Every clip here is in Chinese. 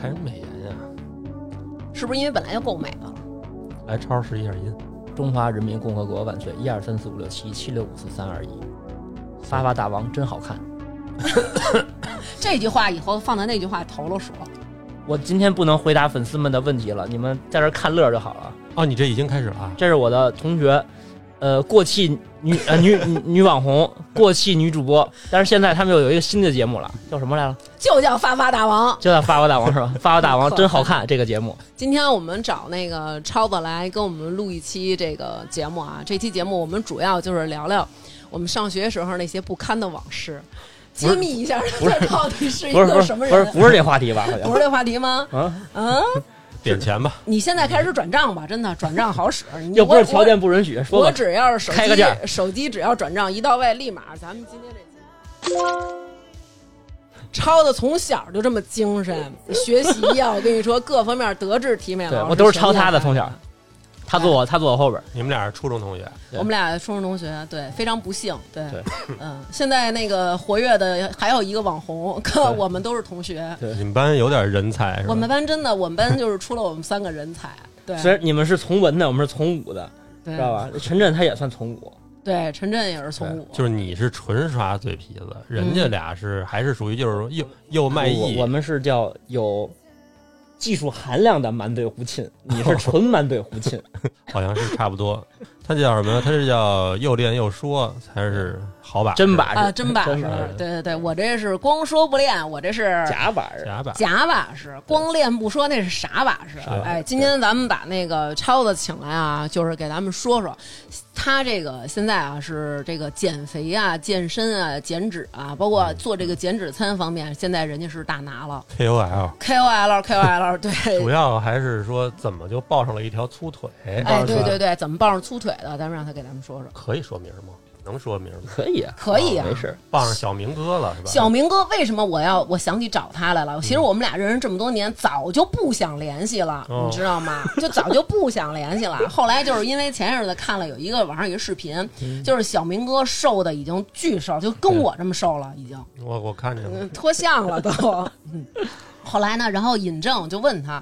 开什么美颜呀？是不是因为本来就够美的了？来超试一下音，中华人民共和国万岁！一二三四五六七七六五四三二一，发发大王真好看。这句话以后放在那句话头了说，我今天不能回答粉丝们的问题了，你们在这儿看乐就好了。哦，你这已经开始了啊？这是我的同学，呃，过气女呃女女女网红，过气女主播，但是现在他们又有一个新的节目了，叫什么来了？就叫发发大王。就叫《发发大王》是吧？《发发大王真好看》这个节目，今天我们找那个超子来跟我们录一期这个节目啊，这期节目我们主要就是聊聊我们上学时候那些不堪的往事，不是揭秘一下这到底是一不是不个是哎什么不人啊是。不是这话题吧？好不像是这话题吗？啊，嗯，点钱吧，你现在开始转账吧，真的转账好使。你又不是我条件不允许，我说我吧。只要是手开个价机，手机只要转账一到位，立马咱们今天这期。超的从小就这么精神，学习呀、我跟你说，各方面德智体美对劳。我都是抄他的，从小。哎他坐我他坐我后边儿，你们俩是初中同学，对我们俩初中同学，对，非常不幸，对，对嗯，现在那个活跃的还有一个网红，可对我们都是同学。对你们班有点人才是吧？我们班真的，我们班就是出了我们三个人才，对，虽然你们是从文的，我们是从武的，对知道吧？陈震他也算从武，对，陈震也是从我，就是你是纯刷嘴皮子，人家俩是还是属于就是又又卖艺我我，们是叫有技术含量的满嘴胡沁，你是纯满嘴胡沁。好像是差不多。他叫什么？他这叫又练又说才是好把式 真把式啊，真把式真把式，对对对，我这是光说不练，我这是假把式，假把式假把式，光练不说那是傻把式傻把。式哎，今天咱们把那个超子请来啊，就是给咱们说说他这个现在啊是这个减肥啊、健身啊、减脂啊，包嗯括做这个减脂餐方面，现在人家是大拿了 KOL， ，KOL KOL 对。主要还是说怎么就抱上了一条粗腿？哎，对对对，怎么抱上粗腿的？咱们让他给咱们说说，可以说明吗？能说明吗？可以啊，可以哦啊没事儿。傍上小明哥了是吧？小明哥，为什么我要我想起找他来了？其实我们俩认识这么多年，早就不想联系了，哦你知道吗？就早就不想联系了。后来就是因为前日子看了有一个网上有一个视频，就是小明哥瘦的已经巨瘦，就跟我这么瘦了，已经我我看见了嗯，脱相了都。嗯后来呢，然后尹正就问他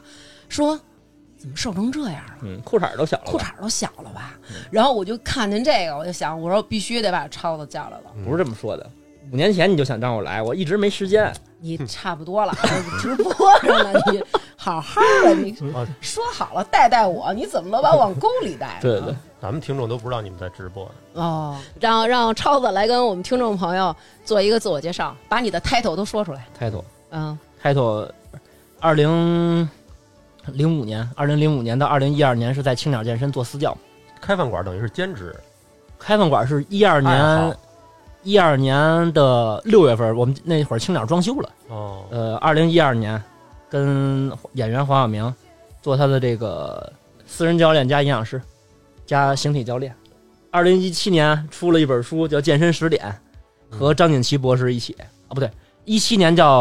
说：“怎么瘦成这样了？”嗯，裤衩儿都小了吧，裤衩儿都小了吧？然后我就看见这个，我就想，我说必须得把超子叫来了。不是这么说的。五年前你就想让我来，我一直没时间。你差不多了， 直播上了，你好好的，你哦啊！说好了带带我，你怎么老把我往沟里带？对对，咱们听众都不知道你们在直播呢，哦，让让超子来跟我们听众朋友做一个自我介绍，把你的 title 都说出来。开头嗯，开头，二零零五年，二零零五年到二零一二年是在青鸟健身做私教，开饭馆等于是兼职，开饭馆是一二爱年好，一二年的六月份，我们那会儿青鸟装修了。哦，呃，二零一二年跟演员黄晓明做他的这个私人教练加营养师加形体教练。二零一七年出了一本书叫《健身十点》，和张锦旗博士一起啊，不对，一七年叫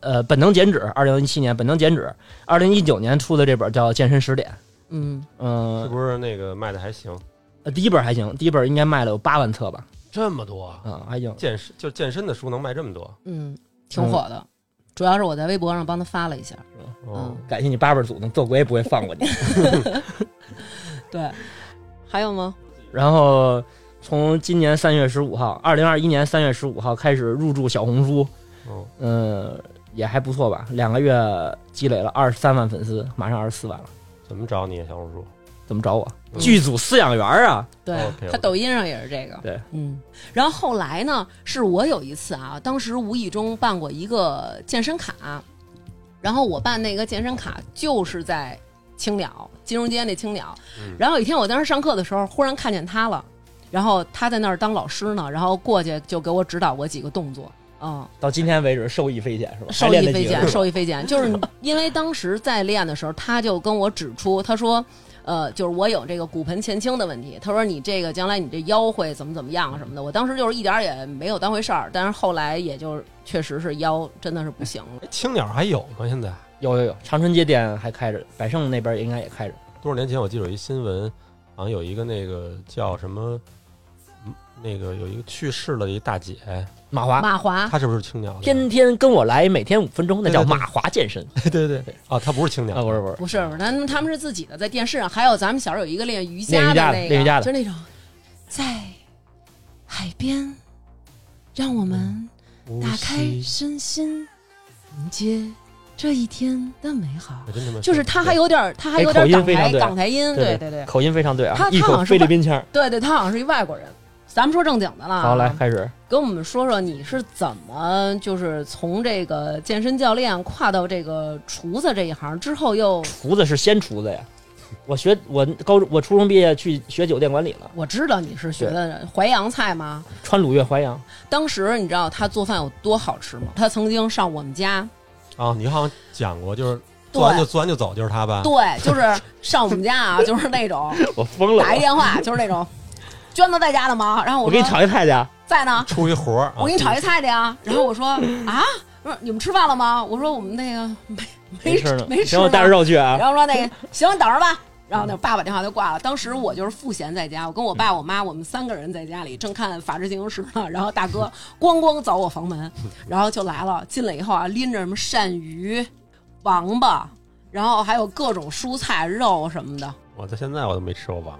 呃《本能减脂》，二零一七年《本能减脂》，二零一九年出的这本叫《健身十点》。嗯，嗯、呃是不是那个卖的还行？呃第一本还行，第一本应该卖了有八万册吧？这么多啊，嗯，还行。健身就健身的书能卖这么多？嗯，挺火的，主要是我在微博上帮他发了一下。哦，感谢你八辈祖宗，做鬼也不会放过你。对，还有吗？然后从今年三月十五号，二零二一年三月十五号开始入驻小红书，哦，嗯，也还不错吧，两个月积累了二十三万粉丝，马上二十四万了。怎么找你啊小红书？怎么找我？嗯剧组饲养员啊，对 OK，OK 他抖音上也是这个。对，嗯，然后后来呢，是我有一次啊，当时无意中办过一个健身卡，然后我办那个健身卡就是在青鸟金融街那青鸟，然后有一天我当时上课的时候，忽然看见他了，然后他在那儿当老师呢，然后过去就给我指导我几个动作，嗯。到今天为止受益匪浅是吧？受还练益了匪几个浅，月受益匪浅。 就是你因为当时在练的时候，他就跟我指出，他说，呃，就是我有这个骨盆前倾的问题。他说你这个将来你这腰会怎么怎么样什么的。我当时就是一点儿也没有当回事儿，但是后来也就确实是腰真的是不行了。哎，青鸟还有吗？现在有有有，长春街店还开着，百盛那边应该也开着。多少年前我记得有一新闻，好像有一个那个叫什么那个有一个去世了一大姐，马华，马华她是不是青鸟的？天天跟我来，每天五分钟，那叫对对对马华健身对 对对啊，她不是青鸟啊！不是不是，不是，他们他们是自己的，在电视上，还有咱们小时候有一个练瑜练伽瑜伽的练那个，瑜伽的就是那种在海边，让我们无打开锡身心，迎接这一天的美好。哎我真他妈就是他还有点儿，他还有点哎口儿音港非常台对港台音，对对对对口音非常对啊他，一他好口像是菲律外宾腔儿。对对，他好像是一外国人。咱们说正经的了，好，来，开始。给我们说说你是怎么就是从这个健身教练跨到这个厨子这一行之后又，厨子是先厨子呀，我学我高中我初中毕业去学酒店管理了，我知道你是学的淮扬菜吗？川鲁粤淮扬。当时你知道他做饭有多好吃吗？他曾经上我们家，啊，你好像讲过，就是对做完就做完就走，就是她吧？对，就是上我们家啊，就是那种 我疯了打一电话，就是那种娟子在家呢吗？然后我我给说你炒一菜去啊，在呢，出一活儿，啊我给你炒一菜去啊。然后我说啊，我说你们吃饭了吗？我说我们那个没没没吃呢没，吃行，我带着呢。肉去啊。然后说那个行，等着吧。然后那爸把电话就挂了。当时我就是赋闲在家，我跟我爸、我妈，我们三个人在家里正看《法制进行时》呢。然后大哥咣咣凿我房门，然后就来了。进来以后啊，拎着什么鳝鱼、王八，然后还有各种蔬菜、肉什么的。我到现在我都没吃过王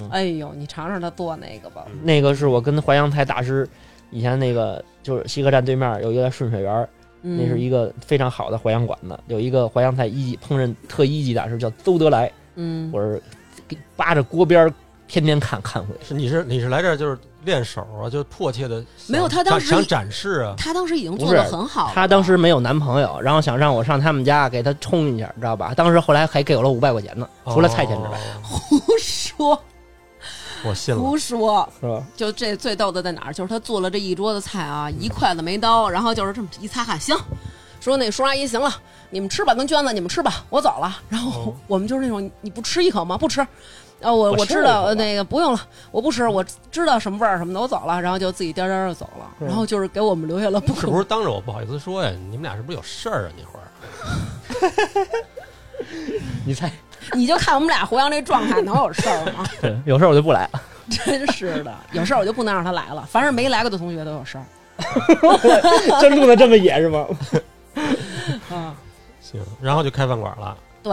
八，哎呦，你尝尝他做那个吧。那个是我跟淮扬菜大师以前那个就是西客站对面有一个叫顺水园儿，嗯，那是一个非常好的淮扬馆子，有一个淮扬菜一级烹饪特一级大师叫邹德来，嗯，我是给扒着锅边儿天天看看会。是你是你是来这儿就是练手啊，就迫切的没有她当时想展示 啊，他当时已经不做是的很好了。 她当时没有男朋友，然后想让我上他们家给她冲一下，知道吧？当时后来还给了我五百块钱呢，除了菜钱之外，哦不说我 信了。不说，是吧？就这最逗的在哪儿？就是他做了这一桌子菜啊，一筷子没刀，然后就是这么一擦汗，行。说那叔阿姨行了，你们吃吧，跟娟子你们吃吧，我走了。然后哦我们就是那种你不吃一口吗？不吃，呃，我我我吃知了一道口吧呃那个不用了，我不吃，我知道什么味儿什么的，我走了。然后就自己颠颠儿就走了，嗯然后就是给我们留下了不是可不是当着我不好意思说呀？你们俩是不是有事儿啊？那会儿你 猜，你就看我们俩胡杨这状态，能有事儿吗？ 有事儿我就不来了。真是的，有事儿我就不能让他来了。凡是没来过的同学都有事儿。真录的这么野是吗？嗯，行，然后就开饭馆了，对。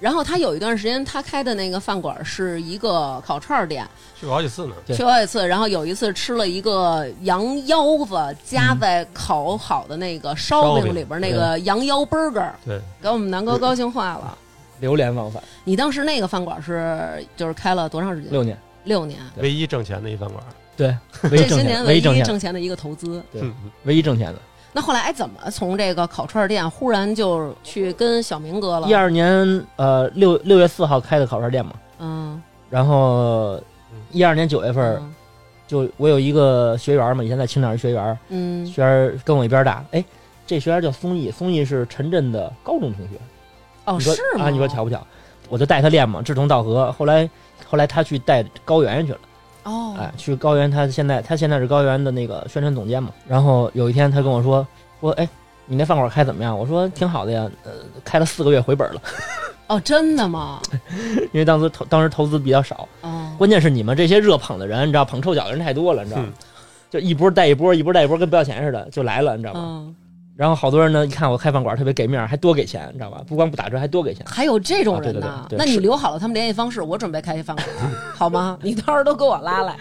然后他有一段时间，他开的那个饭馆是一个烤串儿店，去过好几次呢。对去过一次。然后有一次吃了一个羊腰子，嗯夹在烤好的那个烧烧饼饼里边那个羊腰 burger，对，给我们南哥高兴坏了。 流连忘返你当时那个饭馆是就是开了多长时间？六年，六年，唯一挣钱的一饭馆。对，唯这一些挣年钱，唯唯一挣钱，挣钱的一个投资。对嗯，唯一挣钱的。那后来哎，怎么从这个烤串儿店忽然就去跟小明哥了？一二年呃六六月四号开的烤串店嘛，嗯，然后一二年九月份儿嗯就我有一个学员嘛，以前在青岛一学员，嗯，学员跟我一边儿大，哎，这学员叫松毅，松毅是陈震的高中同学。哦，你是说吗？啊，你说巧不巧？我就带他练嘛，志同道合。后来后来他去带高原去了，哦，哎，去高原，他现在他现在是高原的那个宣传总监嘛。然后有一天他跟我说说，哎，你那饭馆开怎么样？我说挺好的呀，呃，开了四个月回本了， 哦，真的吗？因为当时投当时投资比较少，哦，关键是你们这些热捧的人，你知道捧臭脚的人太多了，你知道吗？嗯就一波带一波，一波带一波，跟不要钱似的就来了，你知道吗？嗯，然后好多人呢，一看我开饭馆特别给面儿，还多给钱，你知道吧？不光不打折，还多给钱。还有这种人呢？啊对对对对那你是留好了他们联系方式，我准备开一饭馆， 好吗？你到时候都给我拉来。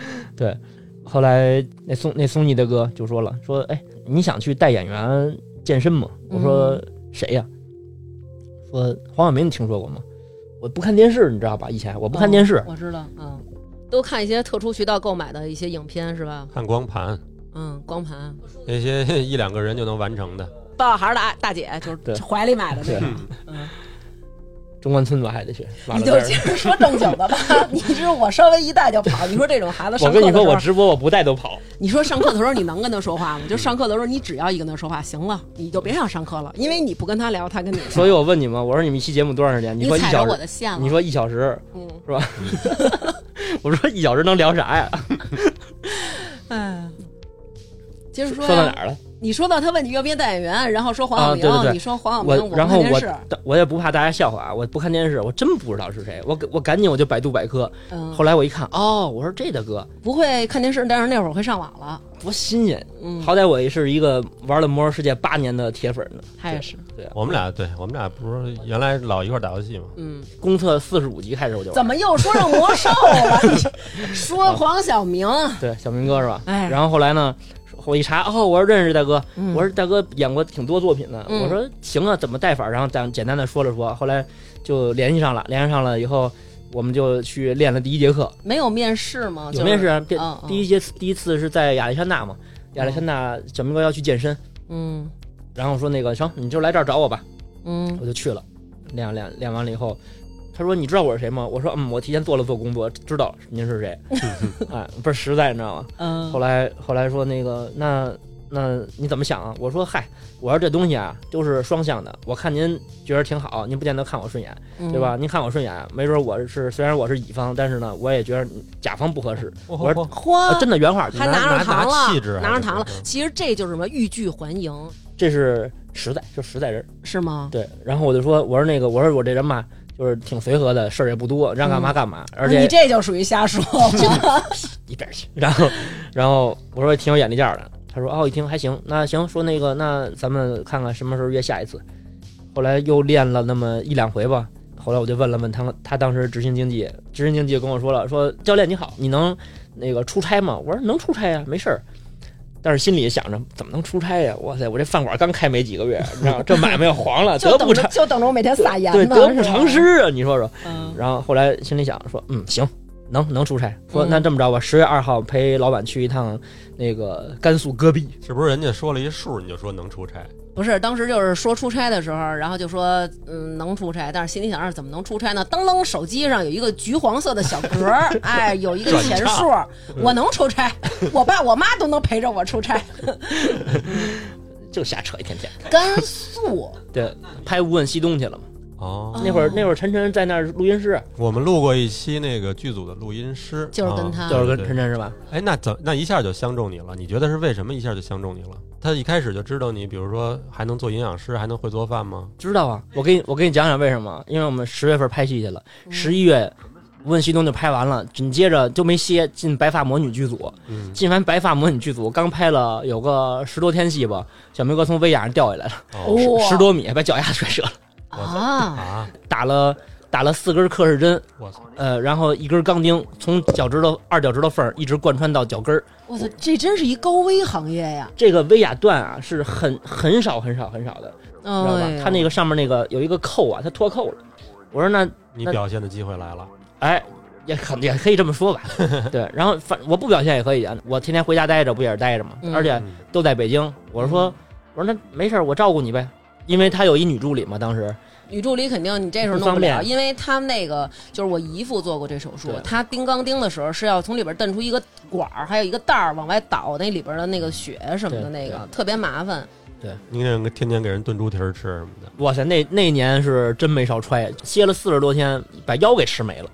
后来那松那松尼的哥就说了，说哎，你想去带演员健身吗？嗯我说、谁呀、说黄晓明，你听说过吗？我不看电视，你知道吧？以前我不看电视，嗯我知道，嗯，都看一些特殊渠道购买的一些影片是吧？看光盘，嗯，光盘，那些一两个人就能完成的，抱小孩的大大姐就对是怀里买的那对个。嗯，中关村我还得去。完你了这就接 儿着说正经 的吧。你这我稍微一带就跑。你说这种孩子，我上课跟的你时说，候，我直播我不带都跑。你说上课的时候你能跟他说 话吗？就上课的时候，你只要一跟他说话，行了，你就别想上课了，因为你不跟他聊，他跟你聊。所以我问你们，我说你们一期节目多长时间？你说一踩着小我时，的线了。你说一小时，嗯，我说一小时能聊啥呀？哎，接着说说呀到哪儿了？你说到他问你要不要当演员，然后说黄晓明，啊对对对你说黄晓明，我不然看后电我视，我也不怕大家笑话啊，我不看电视，我真不知道是谁，我我赶紧我就百度百科，嗯，后来我一看，哦，我说这大哥不会看电视，但是那会儿会上网了，多新鲜，嗯，好歹我也是一个玩了《魔兽世界》八年的铁粉呢，他也是，对啊，我们俩对我们俩不是原来老一块儿打游戏吗？嗯，公测四十五级开始我就玩怎么又说上魔兽了？ 你说黄晓明，对小明哥是吧？哎然后后来呢，我一查，哦，我说认识大哥，嗯我说大哥演过挺多作品的，嗯我说行啊，怎么带法儿？然后咱简单的说了说，后来就联系上了，联系上了以后，我们就去练了第一节课，没有面试吗？有面试啊，就第是，嗯，第一，一节第一次是在亚历山大嘛，亚历山大小明哥要去健身，嗯然后说那个行，你就来这儿找我吧，嗯我就去了，练练练完了以后。他说：“你知道我是谁吗？”我说：“嗯，我提前做了做工作，知道您是 谁。”哎，不是实在，你知道吗？嗯，后来后来说那个那那你怎么想啊？我说嗨，我说这东西啊都是双向的，我看您觉得挺好，您不见得看我顺眼，嗯对吧？？您看我顺眼，没准我是虽然我是乙方，但是呢，我也觉得甲方不合适。我我我嚯啊、，真的原话，嗯还拿拿上拿糖了，气质还拿上是糖了什么。其实这就是什么欲拒还迎，这是实在，就实在人。是吗？对，然后我就说，我说那个，我说我这人吧，就是挺随和的，事儿也不多，让干嘛干嘛，而且嗯你这就属于 瞎说，一边儿去。然后，然后我说挺有眼力劲儿的。他说哦，一听还行，那行，说那个，那咱们看看什么时候约下一次。后来又练了那么一两回吧。后来我就问了问他，他当时执行经济，执行经济跟我说了，说教练你好，你能那个出差吗？我说能出差呀、没事儿。但是心里想着怎么能出差呀、哇塞，我这饭馆刚开没几个月，你知道吗这买卖要黄 了，就得等不着偿就等着我每天撒盐 对呢，得是不吧偿。失啊！你说说，嗯然后后来心里想说，嗯，行，能能出差。说嗯那这么着吧，十月二号陪老板去一趟那个甘肃戈壁。是不是人家说了一数，你就说能出差？不是，当时就是说出差的时候，然后就说嗯能出差，但是心里想着哎怎么能出差呢？当啷，手机上有一个橘黄色的小格儿， 哎，有一个转钱账数，我能出差，我爸我妈都能陪着我 出差。就瞎扯一天天，甘肃，对，拍《无问西东》去了嘛。哦，那会儿那会儿晨晨在那儿录音室，我们录过一期那个剧组的录音师，就是跟他啊就是跟对晨晨是吧？哎，那怎那一下就相中你了？你觉得是为什么一下就相中你了？他一开始就知道你，比如说还能做营养师，还能会做饭吗？知道啊，我给你我给你讲讲为什么？因为我们十月份拍戏去了，十一月。无问西东就拍完了，紧接着就没歇，进白发魔女剧组。嗯，进完白发魔女剧组，刚拍了有个十多天戏吧，小明哥从威亚上掉下来了，哦哇十多米把脚丫摔折了，啊，啊，打了打了四根克氏针，我操！呃，然后一根钢钉从脚趾头二脚趾头缝儿一直贯穿到脚跟儿。我操，这真是一高危行业呀！这个威亚段啊是很很少很少很少的，知道吧哎？呦它那个上面那个有一个扣啊，它脱扣了。我说那你表现的机会来了，哎，也可也可以这么说 吧，对。然后反我不表现也可以啊，我天天回家待着不也是待着吗？嗯而且嗯都在北京。我说我说那没事儿，我照顾你呗。因为他有一女助理嘛，当时女助理肯定你这时候不弄方不了，便因为他们那个就是我姨父做过这手术对，他钉钢钉的时候是要从里边蹬出一个管儿，还有一个袋儿往外倒那里边的那个血什么的，对那个对特别麻烦。你那个天天给人炖猪蹄儿吃什么 的，哇塞，那那年是真没少揣，歇了四十多天，把腰给吃没了。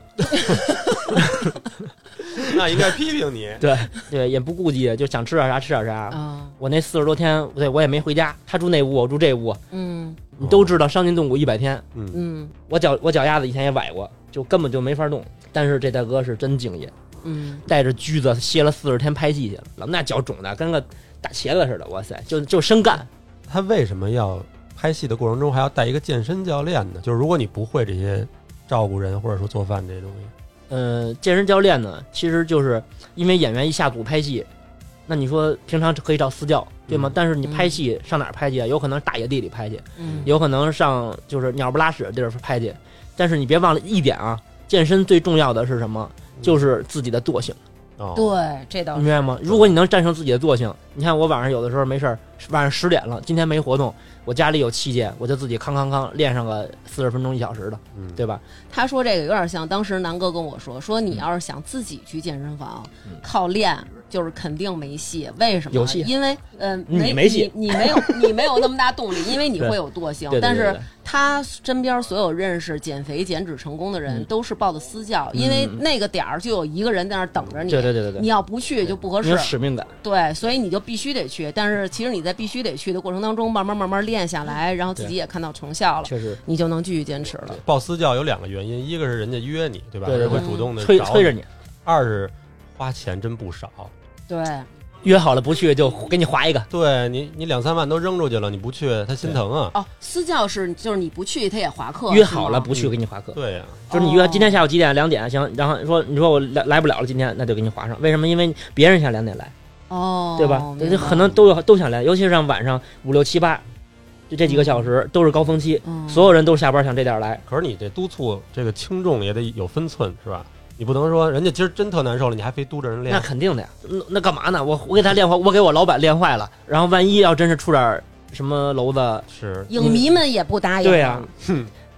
那应该批评你。对对，也不顾忌，就想吃点啥吃点 啥。啊，我那四十多天，对我也没回家，他住那屋，我住这屋，嗯你哦都知道伤筋动骨一百天。嗯，嗯我脚我脚丫子以前也崴过，就根本就没法动。但是这大哥是真敬业，嗯，带着锯子歇了四十天拍戏去了，那脚肿的跟个大茄子似的，哇塞，就就生干。他为什么要拍戏的过程中还要带一个健身教练呢？就是如果你不会这些照顾人或者说做饭这些东西，呃，健身教练呢，其实就是因为演员一下组拍戏，那你说平常可以找私教，对吗？嗯但是你拍戏上哪儿拍去啊？有可能大野地里拍去，嗯有可能上就是鸟不拉屎的地儿拍去。但是你别忘了一点啊，健身最重要的是什么？就是自己的惰性，哦，对，这嗯倒你是明白吗？如果你能战胜自己的惰性，你看我晚上有的时候没事儿，晚上十点了，今天没活动，我家里有器械，我就自己康康康练上个四十分钟一小时的，嗯，对吧？他说这个有点像当时南哥跟我说，说你要是想自己去健身房嗯靠练就是肯定没戏。为什么？有戏因为嗯、你没没戏你，你 没有你没有那么大动力，因为你对会有惰性对对。但对是对他身边所有认识减肥减脂成功的人嗯都是抱的私教，因为那个点儿就有一个人在那儿等着你。对对对对对你要不去就不合你有适，使命感，对，所以你就必须得去。但是其实你在必须得去的过程当中，慢慢慢慢练下来，然后自己也看到成效了，确实你就能继续坚持了。报私教有两个原因，一个是人家约你，对吧？对对人会对主动的催催着你，二是花钱真不少，对，约好了不去就给你划一个，对你你两三万都扔出去了，你不去他心疼啊。哦，私教是就是你不去他也划课，约哦是好吗哦了不去给你划课，对呀、就是你约今天下午几点？两点行，然后说你说我来来不了了，今天那就给你划上。为什么？因为别人想两点来，哦，对吧？明对白就可能都有都想来，尤其是像晚上五六七八，就这几个小时都是高峰期，嗯所有人都是下班想这点儿来。可是你这督促这个轻重也得有分寸，是吧？你不能说人家今儿真特难受了，你还非督着人那练。肯定的呀，那那干嘛呢？我我给他练坏，我给我老板练坏了，然后万一要真是出点儿什么娄子，是，影迷们也不答应，对 呀、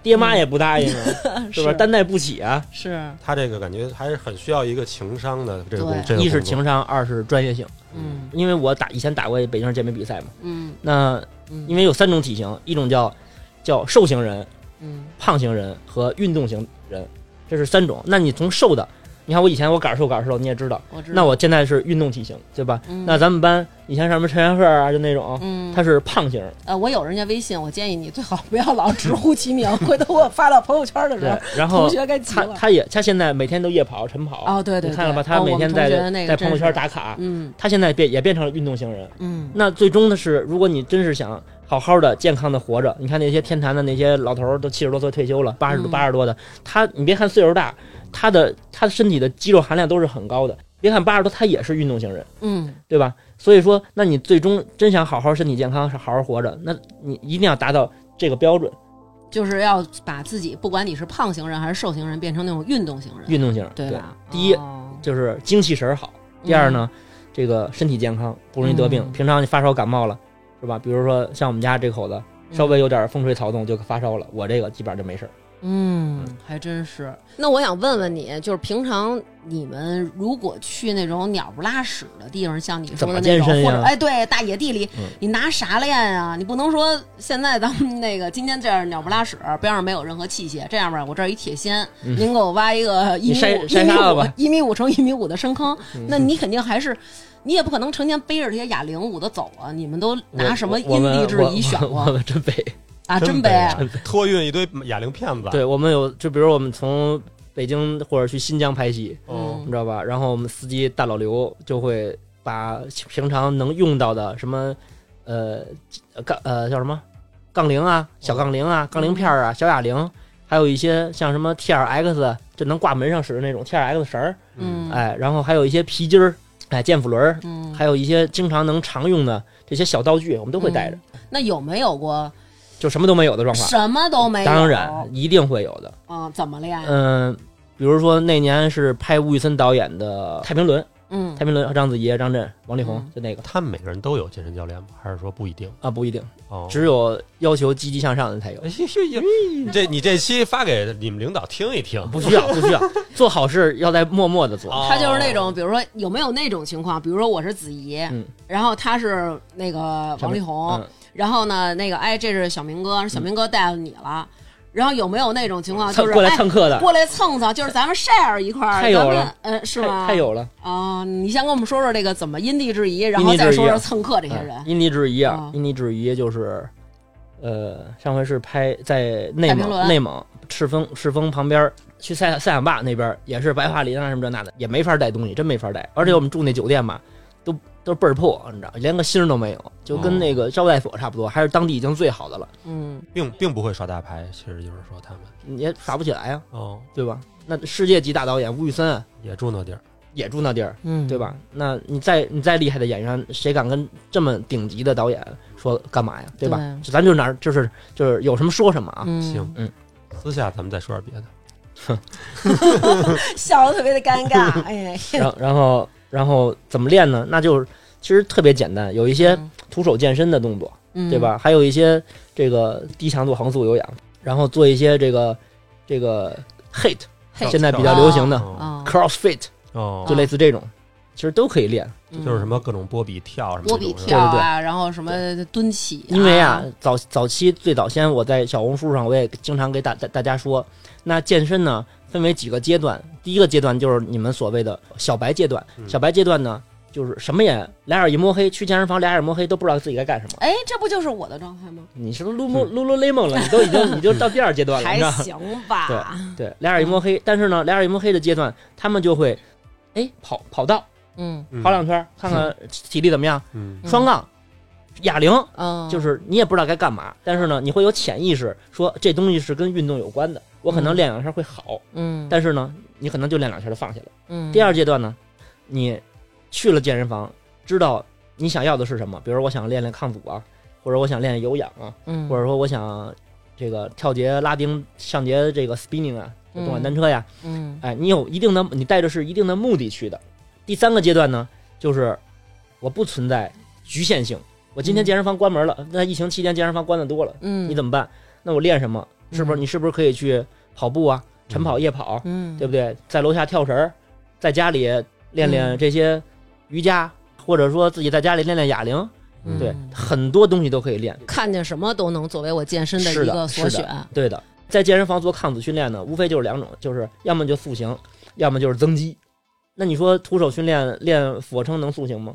爹妈也不答应啊，是吧？啊嗯是担待不起啊，是，他这个感觉还是很需要一个情商的这个工对这个一是工作情商，二是专业性。嗯因为我打以前打过北京市健美比赛嘛，嗯那嗯，因为有三种体型，一种叫叫瘦型人，嗯胖型人和运动型人，这是三种。那你从瘦的，你看我以前我杆瘦杆瘦，你也知道，我知道，那我现在是运动体型，对吧？嗯那咱们班以前什么陈元赫啊，就那种，嗯他是胖型，呃，我有人家微信，我建议你最好不要老直呼其名，回头我发到朋友圈的时对候，，然同后学该急他了。他也他现在每天都夜跑晨跑，哦，对对，你看了吧？对他每天在、在朋友，哦我们同学那个真圈是打卡，嗯他现在变也变成了运动型人。嗯那最终的是，如果你真是想好好的、健康的活着，你看那些天坛的那些老头儿都七十多岁退休了，八十嗯八十多的，他你别看岁数大，他的他身体的肌肉含量都是很高的。别看八十多，他也是运动型人，嗯，对吧？所以说，那你最终真想好好身体健康、好好活着，那你一定要达到这个标准，就是要把自己，不管你是胖型人还是瘦型人，变成那种运动型人，运动型人。对吧？第一哦就是精气神儿好。第二呢，这个身体健康，不容易得病。嗯平常你发烧感冒了，是吧？比如说像我们家这口子，稍微有点风吹草动就发烧了，我这个基本上就没事儿。嗯，还真是。那我想问问你，就是平常你们如果去那种鸟不拉屎的地方，像你说的那怎么健种，身呀或者哎，对，大野地里，嗯你拿啥练呀、你不能说现在咱们那个今天这样鸟不拉屎，边上没有任何器械，这样吧，我这儿一铁锨，嗯您给我挖一个一你米筛五、一筛米沙子五吧、一米五乘一米五的深坑，嗯那你肯定还是。你也不可能成天背着这些哑铃舞的走啊！你们都拿什么我阴历志仪选我们我我过们真背。啊？真真背啊托运一堆哑铃片子。对，我们有，就比如我们从北京或者去新疆拍戏，哦嗯你，知道吧？然后我们司机大老刘就会把平常能用到的什么，呃，杠呃叫什么杠铃啊、小杠铃啊、杠铃片儿啊、小哑铃，还有一些像什么 T R X 就能挂门上使的那种 T R X 绳儿，嗯哎，然后还有一些皮筋儿，哎，健腹轮儿，嗯，还有一些经常能常用的这些小道具，我们都会带着，嗯那有没有过就什么都没有的状况。什么都没有？当然，一定会有的。嗯，怎么练？嗯，比如说那年是拍吴宇森导演的《太平轮》，嗯《太平轮》和章子怡、张震、王力宏嗯，就那个他们每个人都有健身教练吗？还是说不一定？啊，不一定，哦，只有要求积极向上的才有哎。呦呦呦这你这期发给你们领导听一听。不需要，不需要， 做好事要在默默的做。哦他就是那种，比如说有没有那种情况？比如说我是子怡，嗯然后他是那个王力宏，嗯，然后呢，那个哎，这是小明哥，小明哥带了你了。然后有没有那种情况，就蹭是过来哎蹭课的过来蹭蹭，就是咱们 share 一块儿，太有咱们了，呃，是太吗？太有了，啊！你先跟我们说说这个怎么因地制宜，然后因地再制宜啊说说蹭课这些嗯人。因地制宜啊哦，因地制宜就是，呃，上回是拍在内太平蒙，轮内蒙赤峰赤峰旁边儿去塞塞罕坝那边儿也是白桦林啊什么这那的，也没法带东西，真没法带。而且我们住那酒店嘛，都都倍儿破，你知道，连个星儿都没有，就跟那个招待所差不多，还是当地已经最好的了，嗯并并不会耍大牌，其实就是说他们你也耍不起来啊，哦对吧？那世界级大导演吴宇森啊也住那地儿，也住那地儿，嗯，对？吧？那你再你再厉害的演员，谁敢跟这么顶级的导演说干嘛呀？对吧？对就咱就哪儿就是就是有什么说什么啊。嗯，行，嗯，私下咱们再说点别的。 笑得特别的尴尬，哎，然后然后然后怎么练呢？那就是其实特别简单，有一些徒手健身的动作，嗯对？吧？还有一些这个低强度横速有氧，然后做一些这个这个 HIT，嘿现在比较流行的哦啊， CrossFit，哦就类似这种。其实都可以练。嗯就是什么各种波比跳什么波这比种跳啊，然后什么蹲起、因为啊，，早早期最早先我在小红书上，我也经常给大大大家说，那健身呢分为几个阶段，第一个阶段就是你们所谓的小白阶段，嗯小白阶段呢就是什么也俩眼一摸黑，去健身房俩眼摸黑都不知道自己该干什么。哎，这不就是我的状态吗？你是撸嗯摸撸撸 lemon 了，你都已 经你就到第二阶段了，你还知道吗？行吧，嗯对，俩眼一摸黑，但是呢，俩眼一摸黑的阶段，他们就会，哎，跑跑道嗯嗯跑两圈，看看体力怎么样，嗯双杠、哑铃，嗯，就是你也不知道该干嘛，但是呢，你会有潜意识说这东西是跟运动有关的，我可能嗯练两下会好，嗯，但是呢，你可能就练两下就放下了。嗯第二阶段呢，你去了健身房，知道你想要的是什么，比如说我想练练抗阻啊，或者我想练练有氧啊，嗯或者说我想这个跳节、拉丁、上节这个 spinning 啊，嗯动感单车呀，嗯哎，你有一定的，你带着是一定的目的去的。第三个阶段呢，就是我不存在局限性。我今天嗯健身房关门了，那疫情期间健身房关的多了，嗯，你怎么办？那我练什么？是不是嗯你是不是可以去跑步啊、晨跑、夜跑，嗯对不对？在楼下跳绳儿，在家里练嗯练这些瑜伽，或者说自己在家里练练哑铃，嗯对嗯，很多东西都可以练。看见什么都能作为我健身的是一的个所是的选，对的，在健身房做抗阻训练呢，无非就是两种，就是要么就塑形，要么就是增肌。那你说徒手训练练俯卧撑能塑形吗？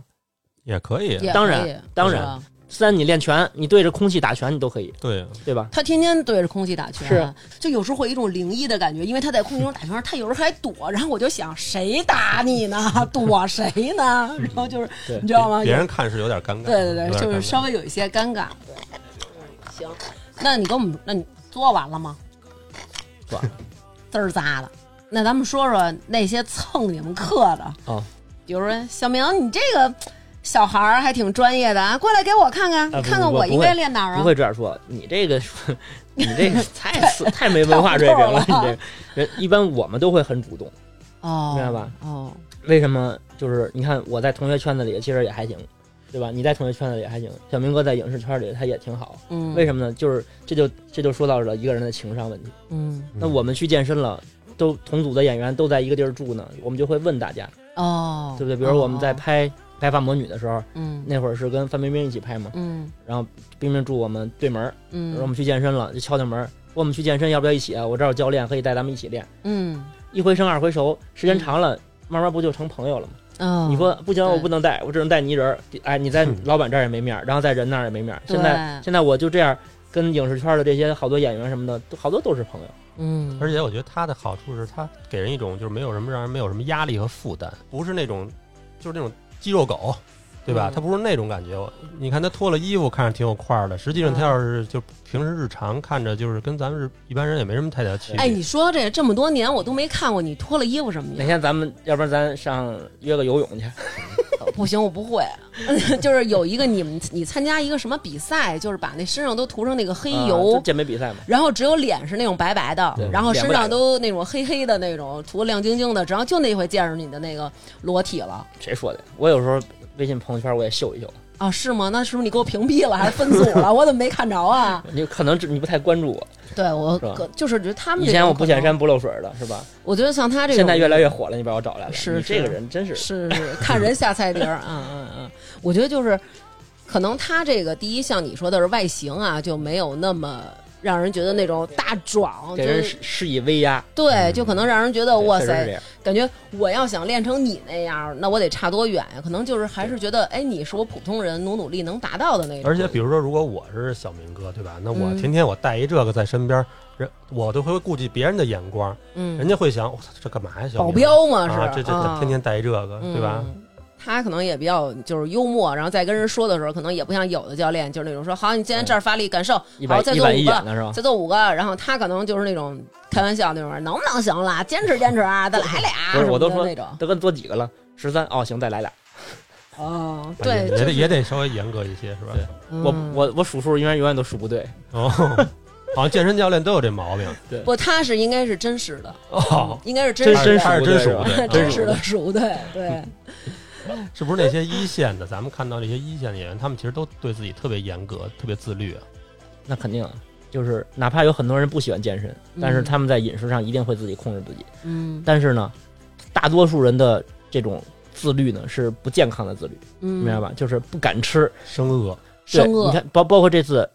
也可以，也当然可以当是然吧三，你练拳，你对着空气打拳，你都可以，对啊，对吧？他天天对着空气打拳，是就有时候会有一种灵异的感觉，因为他在空气中打拳，他有时候还躲，然后我就想谁打你呢？躲谁 呢？然后就是对你知道吗？别人看是有点尴尬，对对有对，点就是尴尬稍微有一些尴尬。行，那你跟我们，那你做完了吗？做完了，滋儿扎的。那咱们说说那些蹭你们课的哦，比如说小明，你这个小孩儿还挺专业的啊，过来给我看看，啊你不看看不我不应会该练哪儿啊？不会这样说，你这个，你这 个太死太没文化水平了，太你不够这个人一般我们都会很主动，哦，明白吧？哦，为什么？就是你看我在同学圈子里其实也还行，对吧？你在同学圈子里也还行，小明哥在影视圈里他也挺好，嗯，为么？什么呢？就是这就这就说到了一个人的情商问题。嗯，嗯那我们去健身了，都同组的演员都在一个地儿住呢，我们就会问大家，哦，对不对？比如我们在哦，拍拍《发魔女》的时候，嗯那会儿是跟范冰冰一起拍嘛，嗯然后冰冰住我们对门儿，说我嗯们去健身了，就敲敲门儿，说我们去健身要不要一起啊？我这儿有教练可以带咱们一起练，嗯，一回生二回熟，时间长了。慢慢不就成朋友了吗？哦，你说不行，我对不能带，我只能带你一人儿。哎，你在 嗯老板这儿也没面儿，然后在人那儿也没面儿。现在对现在我就这样，跟影视圈的这些好多演员什么的，都好多都是朋友。嗯，而且我觉得它的好处是，它给人一种就是没有什么让人没有什么压力和负担，不是那种就是那种肌肉狗，对吧嗯？它不是那种感觉。我你看他脱了衣服，看着挺有块儿的，实际嗯上他要是就平时日常看着就是跟咱们是一般人也没什么太大区别。哎，你说这这么多年我都没看过你脱了衣服什么哪样，天咱们要不然咱上约个游泳去？不行，我不会。 就是有一个你们你参加一个什么比赛，就是把那身上都涂成那个黑油啊，健美比赛嘛。然后只有脸是那种白白的对，然后身脸不上白都那种黑黑的那种，涂得亮晶晶的。然后就那回见着你的那个裸体了谁说的？我有时候微信朋友圈我也秀一秀，啊？是吗？那是不是你给我屏蔽了，还分组了？我怎么没看着啊？你可能只你不太关注我。 对我是吧可就是觉得他们以这前种我可不显能，山不漏水的是吧？我觉得像他这种现在越来越火了，你把我找来了。是你这个是人真是是是看人下菜碟 儿，嗯嗯嗯，我觉得就是可能他这个第一像你说的是外形啊，就没有那么让人觉得那种大壮，就给人是施施以威压。嗯对，就可能让人觉得对哇确实是这塞，样感觉我要想练成你那样，那我得差多远呀？可能就是还是觉得，哎，你是我普通人努努力能达到的那种。而且比如说，如果我是小明哥，对吧？那我嗯天天我带一这个在身边，人我都会顾及别人的眼光，人嗯，家会想我操这干嘛呀？小明保镖嘛啊，是，这这啊这天天带一这个，对吧？嗯他可能也比较就是幽默，然后在跟人说的时候，可能也不像有的教练就是那种说好，你今天这儿发力感受，一好板再一啊做板一五眼个，的是吧？再做五个，然后他可能就是那种开玩笑那种，能不能行了？坚持坚持啊，再来俩啊，不是我都什么说的那种。都跟做几个了？十三哦，行，再来俩。哦，哎啊对，也就也得是也得稍微严格一些，是吧？我嗯我我数数永远永远都数不对。哦， 好像健身教练都有这毛病不，他是应该是真实的，哦。应该是真真 实真的，他数是不真对数是吧 不对真真实实的的熟对对。是不是那些一线的？咱们看到那些一线的演员，他们其实都对自己特别严格，特别自律啊。那肯定啊，就是哪怕有很多人不喜欢健身，但是嗯他们在饮食上一定会自己控制自己。嗯但是呢，大多数人的这种自律呢是不健康的自律，嗯，明白吧？就是不敢吃，生恶，对生恶你看，包包括这次，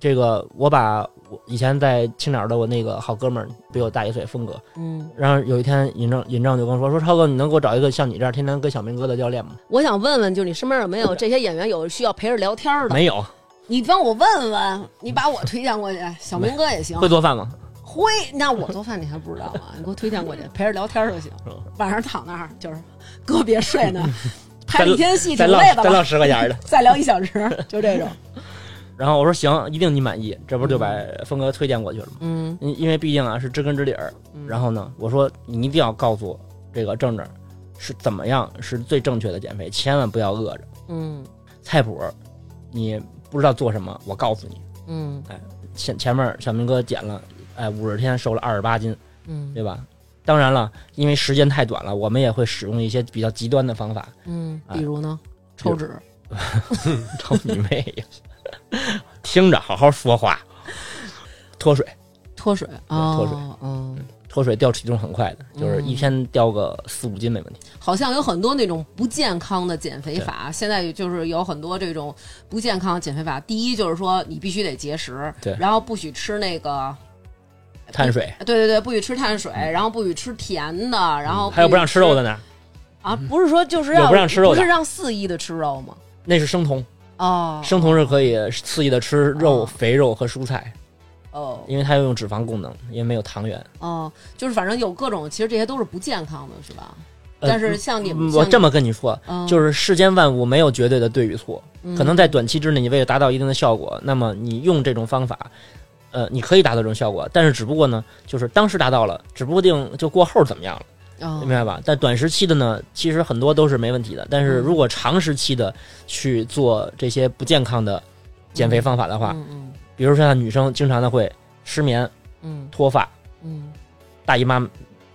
这个我把我以前在青鸟的我那个好哥们儿，比我大一岁，峰哥。嗯，然后有一天，尹正尹正就跟我说：“说超哥，你能给我找一个像你这样天天跟小明哥的教练吗我想问问，就是你身边有没有这些演员有需要陪着聊天？”的？没有，你帮我问问，你把我推荐过去，小明哥也行。会做饭吗？会，那我做饭你还不知道 啊？你给我推荐过去，陪着聊天就行。嗯晚上躺那儿就是，哥别 睡呢，拍 了一天戏挺再唠累的再唠了，十块钱的。 再聊一小时， 就这种。然后我说行，一定你满意。这不就把峰哥推荐过去了吗？嗯，因因为毕竟啊是知根知底儿。然后呢，我说你一定要告诉我这个正正是怎么样是最正确的减肥，千万不要饿着。嗯菜谱你不知道做什么，我告诉你。嗯前前面小明哥减了，哎，五十天瘦了二十八斤，嗯对吧？当然了，因为时间太短了，我们也会使用一些比较极端的方法。嗯比如呢，抽脂。操你妹呀！听着，好好说话。脱水，脱水啊，脱水嗯，脱水掉体重很快的，就是一天掉个四五斤没问题。好像有很多那种不健康的减肥法，现在就是有很多这种不健康的减肥法。第一就是说你必须得节食，对然后不许吃那个，碳水，对对对，不许吃碳水，然后不许吃甜的，然后嗯还有不让吃肉的呢呢，啊，不是说就是有让不让吃肉的不是让肆意的吃肉吗？那是生酮，哦生酮是可以肆意的吃肉、哦肥肉和蔬菜，哦因为它要用脂肪功能，因为没有糖原。哦，就是反正有各种，其实这些都是不健康的，是吧？呃但是像你嗯们哦我这么么跟你说，就是世间万物没有绝对的对与错，嗯可能在短期之内，你为了达到一定的效果，那么你用这种方法，呃，你可以达到这种效果，但是只不过呢，就是当时达到了，指不定就过后怎么样了，哦明白吧？但短时期的呢，其实很多都是没问题的，但嗯是如果长时期的去做这些不健康的减肥方法的话，嗯嗯比如说像女生经常的会失眠、嗯脱发、嗯。大姨妈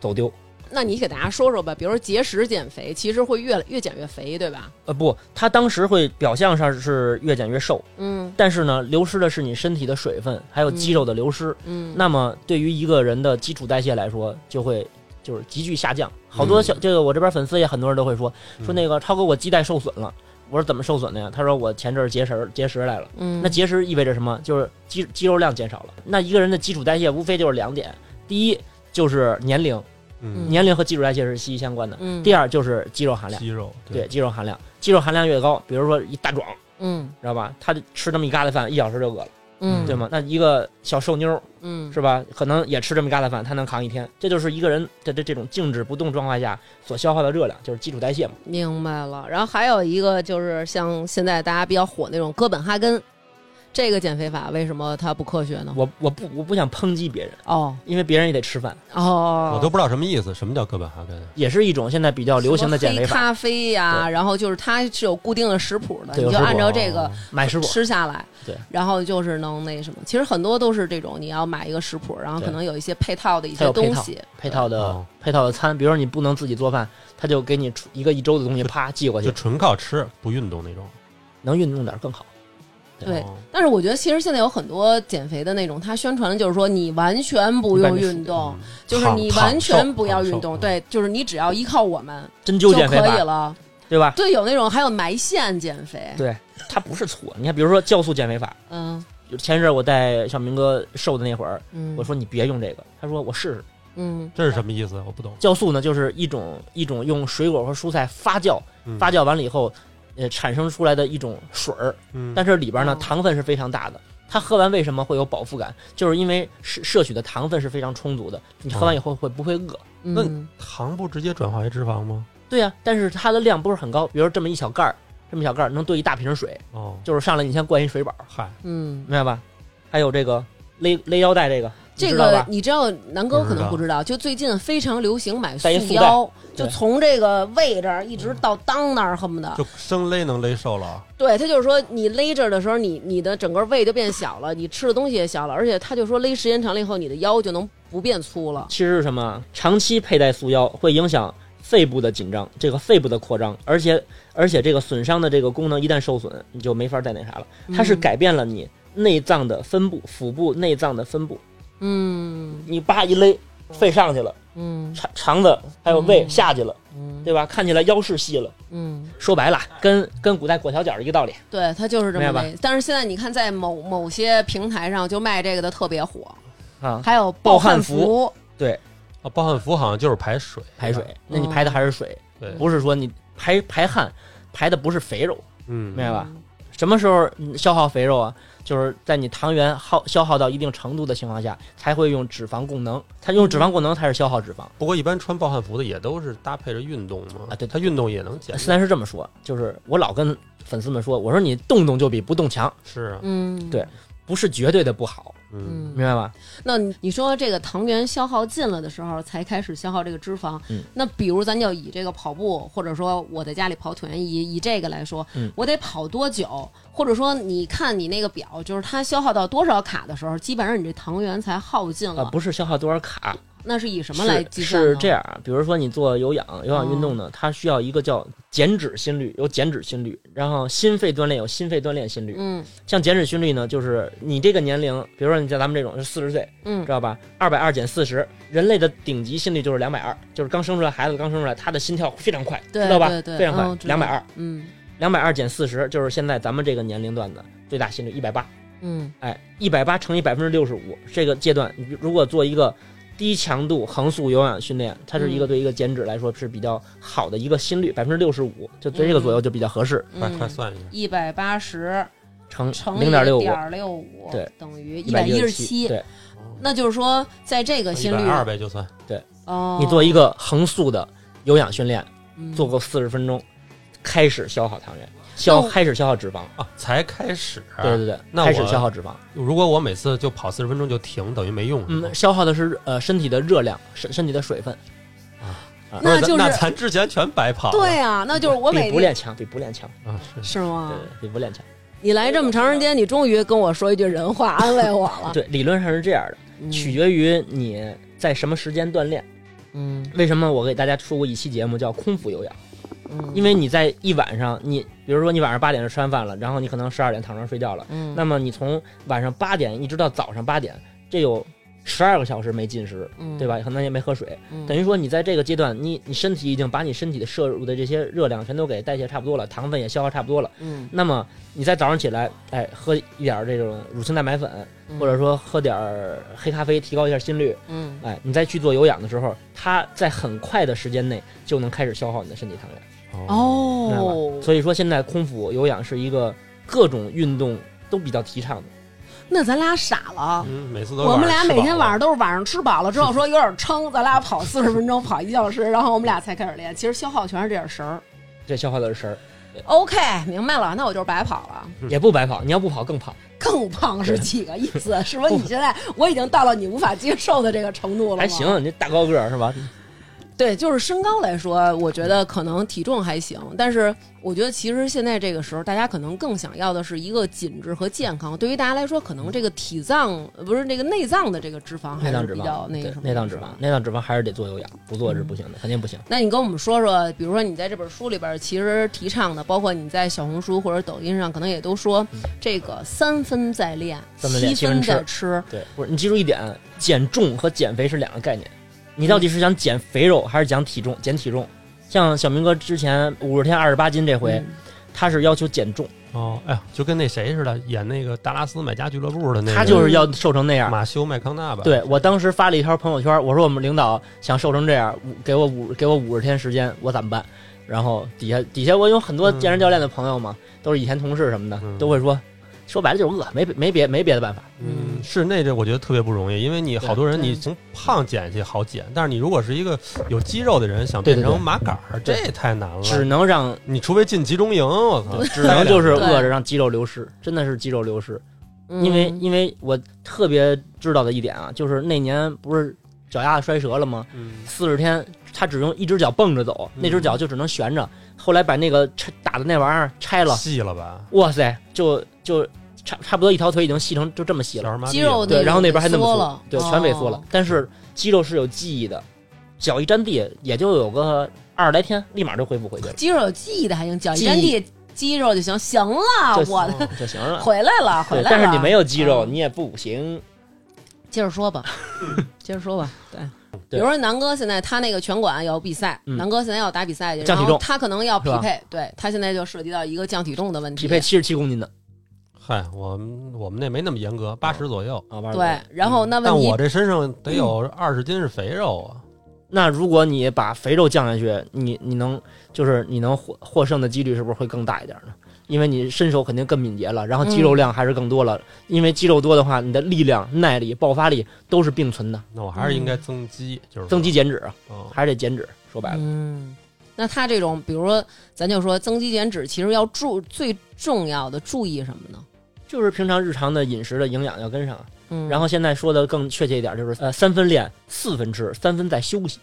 走丢，那你给大家说说吧，比如说节食减肥，其实会越越减越肥，对吧？呃，不，她当时会表象上是越减越瘦，嗯但是呢，流失的是你身体的水分，还有肌肉的流失。嗯那么对于一个人的基础代谢来说，就会就是急剧下降。好多嗯小、这个我这边粉丝也很多人都会说嗯说那个超哥我基带受损了。我说怎么受损的呀？他说我前阵儿节食节食来了。嗯那节食意味着什么？就是肌肌肉量减少了。那一个人的基础代谢无非就是两点，第一就是年龄，嗯，年龄和基础代谢是息息相关的。嗯第二二就是肌肉含量，肌肉对，肌肉含量，肌肉含量越高，比如说一大壮，嗯知道吧？他吃那么一疙瘩饭，一小时就饿了。嗯对吗？那一个小瘦妞儿嗯是吧？可能也吃这么一疙瘩饭，她能扛一天。这就是一个人的这这种静止不动状态下所消耗的热量，就是基础代谢嘛。明白了。然后还有一个就是像现在大家比较火那种哥本哈根，这个减肥法为什么它不科学呢？我我不我不想抨击别人，哦因为别人也得吃饭，哦，我都不知道什么意思，什么叫哥本哈根？也是一种现在比较流行的减肥什么黑法。咖啡呀、对然后就是它是有固定的食谱的，对你有食就谱按照这个哦买食谱，吃下来，对，然后就是能那什么。其实很多都是这种，你要买一个食谱，然后对可能有一些配套的一它些有配东套西，配套的哦配套的餐，比如说你不能自己做饭，他就给你出一个一周的东西，啪寄过就去，纯靠吃不运动那种。能运动点儿更好。对哦但是我觉得，其实现在有很多减肥的那种，它宣传的就是说你完全不用运动，嗯就是你胖完全不要运胖动，瘦嗯对，就是你只要依靠我们针就灸嗯减肥可以法，了。对吧？对，有那种还有埋线减肥，对，它不是错。你看，比如说酵素减肥法，嗯就前一阵儿我带小明哥瘦的那会儿，嗯，我说你别用这个，他说我试试。嗯，这是什么意思？我不懂。酵素呢，就是一种一种用水果和蔬菜发酵，嗯发酵完了以后，呃，产生出来的一种水儿，嗯但是里边呢哦糖分是非常大的。它喝完为什么会有饱腹感？就是因为摄摄取的糖分是非常充足的。你喝完以后会不会饿？嗯那糖不直接转化为脂肪吗？对呀、但是它的量不是很高，比如说这么一小盖儿，这么一小盖儿能兑一大瓶水，哦，就是上来你先灌一水饱，嗨，嗯。明白吧？还有这个勒勒腰带这个，你这知道个吧？你知道，南哥可能不不知道，就最近非常流行买束带一束带腰，对嗯就从这个位置儿一直到裆那儿，恨不得就生勒能勒瘦了。啊对，他就是说你勒着的时候，你你的整个胃就变小了，你吃的东西也小了，而且他就说勒时间长了以后，你的腰就能不变粗了。其实是什么？长期佩戴束腰会影响肺部的紧张，这个肺部的扩张，而且而且这个损伤的这个功能一旦受损，你就没法再那啥了。嗯它是改变了你内脏的分布，腹部内脏的分布。嗯你叭一勒，肺上去了，嗯肠肠子还有胃下去了，嗯，对吧？看起来腰是细了，嗯，说白了，跟跟古代裹小脚一个道理。对，它就是这么明白吧类。但是现在你看，在某某些平台上就卖这个的特别火，啊，还有暴汗汗服对，啊，暴汗服好像就是排水，排水，那你嗯排的还是水，对，不是说你排排汗，排的不是肥肉，嗯，明白吧？什么时候嗯消耗肥肉啊？就是在你糖原耗消耗到一定程度的情况下，才会用脂肪供能。它用脂肪供能，它是消耗脂肪。不过一般穿暴汗服的也都是搭配着运动嘛，啊对他运动也能减，啊咱是这么说，就是我老跟粉丝们说，我说你动动就比不动强，是啊，嗯，对不是绝对的不好，嗯，嗯明，白吧？那你你说这个糖原消耗尽了的时候，才开始消耗这个脂肪。嗯那比如咱就以这个跑步，或者说我在家里跑椭圆仪，以这个来说，嗯我得跑多久？或者说你看你那个表，就是它消耗到多少卡的时候，基本上你这糖原才耗尽了。啊，不是消耗多少卡，那是以嗯什么是来计算呢嗯是这样啊，比如说你做有氧有氧运动呢，它需要一个叫减脂心率，有减脂心率，然后心肺锻炼有心肺锻炼心率。嗯像减脂心率呢，就是你这个年龄，比如说你像咱们这种是四十岁，嗯知道吧？二百二减四十，人类的顶级心率就是两百二，就是刚生出来孩子刚生出来，他的心跳非常快，对知道吧？对对非常嗯快，知道两百二，嗯两百二减四十就是现在咱们这个年龄段的最大心率一百八，嗯哎，一百八乘以百分之六十五，这个阶段你如果做一个低强度横速有氧训练，它是一个嗯对一个减脂来说是比较好的一个心率，百分之六十五就在这个左右就比较合适，快快嗯，算一下，啊一百八十乘乘以零点六五，点六五对，等于一一百百一十十七。对，那就是说，在这个一嗯心百率，二呗就算，哦，你做一个横速的有氧训练，嗯做够四十分钟，开始消耗糖原，消那我开始消耗脂肪。啊，才开始，对对对，啊那开始我消耗脂肪。如果我每次就跑四十分钟就停，等于没用，是吗嗯，消耗的是呃身体的热量，身身体的水分，啊不那咱就是那咱之前全白跑了，对啊，那就是我每比不天练强，比不练强，啊，是是对吗对？对，比不练强。你来这么长时间，你终于跟我说一句人话，安慰我 了。对，理论上是这样的，嗯取决于你在什么时间锻炼。嗯为什么我给大家出过一期节目叫空腹有氧？嗯，因为你在一晚上，你比如说你晚上八点就吃完饭了，然后你可能十二点躺床上睡觉了，嗯那么你从晚上八点一直到早上八点，这有十二个小时没进食，嗯对吧？可能也没喝水，嗯等于说你在这个阶段，你你身体已经把你身体的摄入的这些热量全都给代谢差不多了，糖分也消耗差不多了。嗯，那么你在早上起来，哎，喝一点儿这种乳清蛋白粉，嗯或者说喝点儿黑咖啡，提高一下心率，嗯哎，你再去做有氧的时候，它在很快的时间内就能开始消耗你的身体糖原。明白哦，所以说，现在空腹有氧是一个各种运动都比较提倡的。那咱俩傻了。嗯，每次都我们俩每天晚上上都是晚上吃饱了之后说有点撑，咱俩跑四十分钟，跑一小时，然后我们俩才开始练。其实消耗全是这点神儿。这消耗的是神儿，嗯 OK，明白了，那我就是白跑了，嗯也不白跑，你要不跑更胖。吃更胖是几个意思？ 是不是你现在我已经到了你无法接受的这个程度了吗？还行，你这大高个儿是吧？对，就是身高来说，我觉得可能体重还行，但是我觉得其实现在这个时候，大家可能更想要的是一个紧致和健康。对于大家来说，可能这个体脏呃不是那个内脏的这个脂肪内还是脏脂比肪较，那对个什么内脏脂是肪吧，嗯内脏脂肪还是得做有氧，不做是不行的，肯定不行。那你跟我们说说，比如说你在这本书里边其实提倡的，包括你在小红书或者抖音上，可能也都说这个三分在练，嗯三分练七分七分吃在吃。对，不是你记住一点，减重和减肥是两个概念。你到底是想减肥肉还是减体重？减体重，像小明哥之前五十天二十八斤这回，嗯他是要求减重，哦，哎呀，就跟那谁似的，演那个《达拉斯买家俱乐部》的那个，他就是要瘦成那样。马修麦康纳吧？，对我当时发了一条朋友圈，我说我们领导想瘦成这样，五给我五给我五十天时间，我怎么办？然后底下底下我有很多健嗯身教练的朋友嘛，都是以前同事什么的，嗯都会说，说白了就是饿，没别没别没别的办法。嗯，是那阵我觉得特别不容易，因为你好多人对你从胖减去好减，但是你如果是一个有肌肉的人想对变对成对马杆儿，这对也太难了。只能让你除非进集中营，我操，只能就是嗯对饿着让肌肉流失，真的是肌肉流失。嗯因为因为我特别知道的一点啊，就是那年不是脚丫子摔折了吗？嗯四十天他只用一只脚蹦着走，嗯那只脚就只能悬着。后来把那个拆打的那玩意儿拆了，细了吧？哇塞，就就差差不多一条腿已经细成就这么细小了，儿麻痹肌肉对，然后那边还那么哦缩粗，了，对，全萎缩了。哦但是肌肉是有记忆的，脚一沾地也就有个二十来天，立马就恢复回去 了，肌肉有记忆的还行，脚一记忆沾地肌肉就行。行了，就我哦就行了。回来了，回对，来了。但是你没有肌肉，嗯你也不行。 接着说吧，接着说吧。对，比对如说南哥现在他那个拳馆要比赛，嗯南哥现在要打比赛去，降体然重后他可能要匹是吧配，对他现在就涉及到一个降体重的问题。匹配七十七公斤的嗨，我们我们那没那么严格，八十左右。啊，八十多对，然后那但问题我这身上得嗯有二十斤是肥肉啊，那如果你把肥肉降下去，你你能就是你能获获胜的几率是不是会更大一点呢？因为你身手肯定更敏捷了，然后肌肉量还是更多了。因为肌肉多的话，你的力量、耐力、爆发力都是并存的，那我还是应该增肌，就是嗯增肌减脂啊啊。还是得减脂。说白了，嗯，那他这种，比如说，咱就说增肌减脂，其实要注最重要的注意什么呢？就是平常日常的饮食的营养要跟上。嗯，然后现在说的更确切一点，就是呃三分练，四分吃，三分在休息。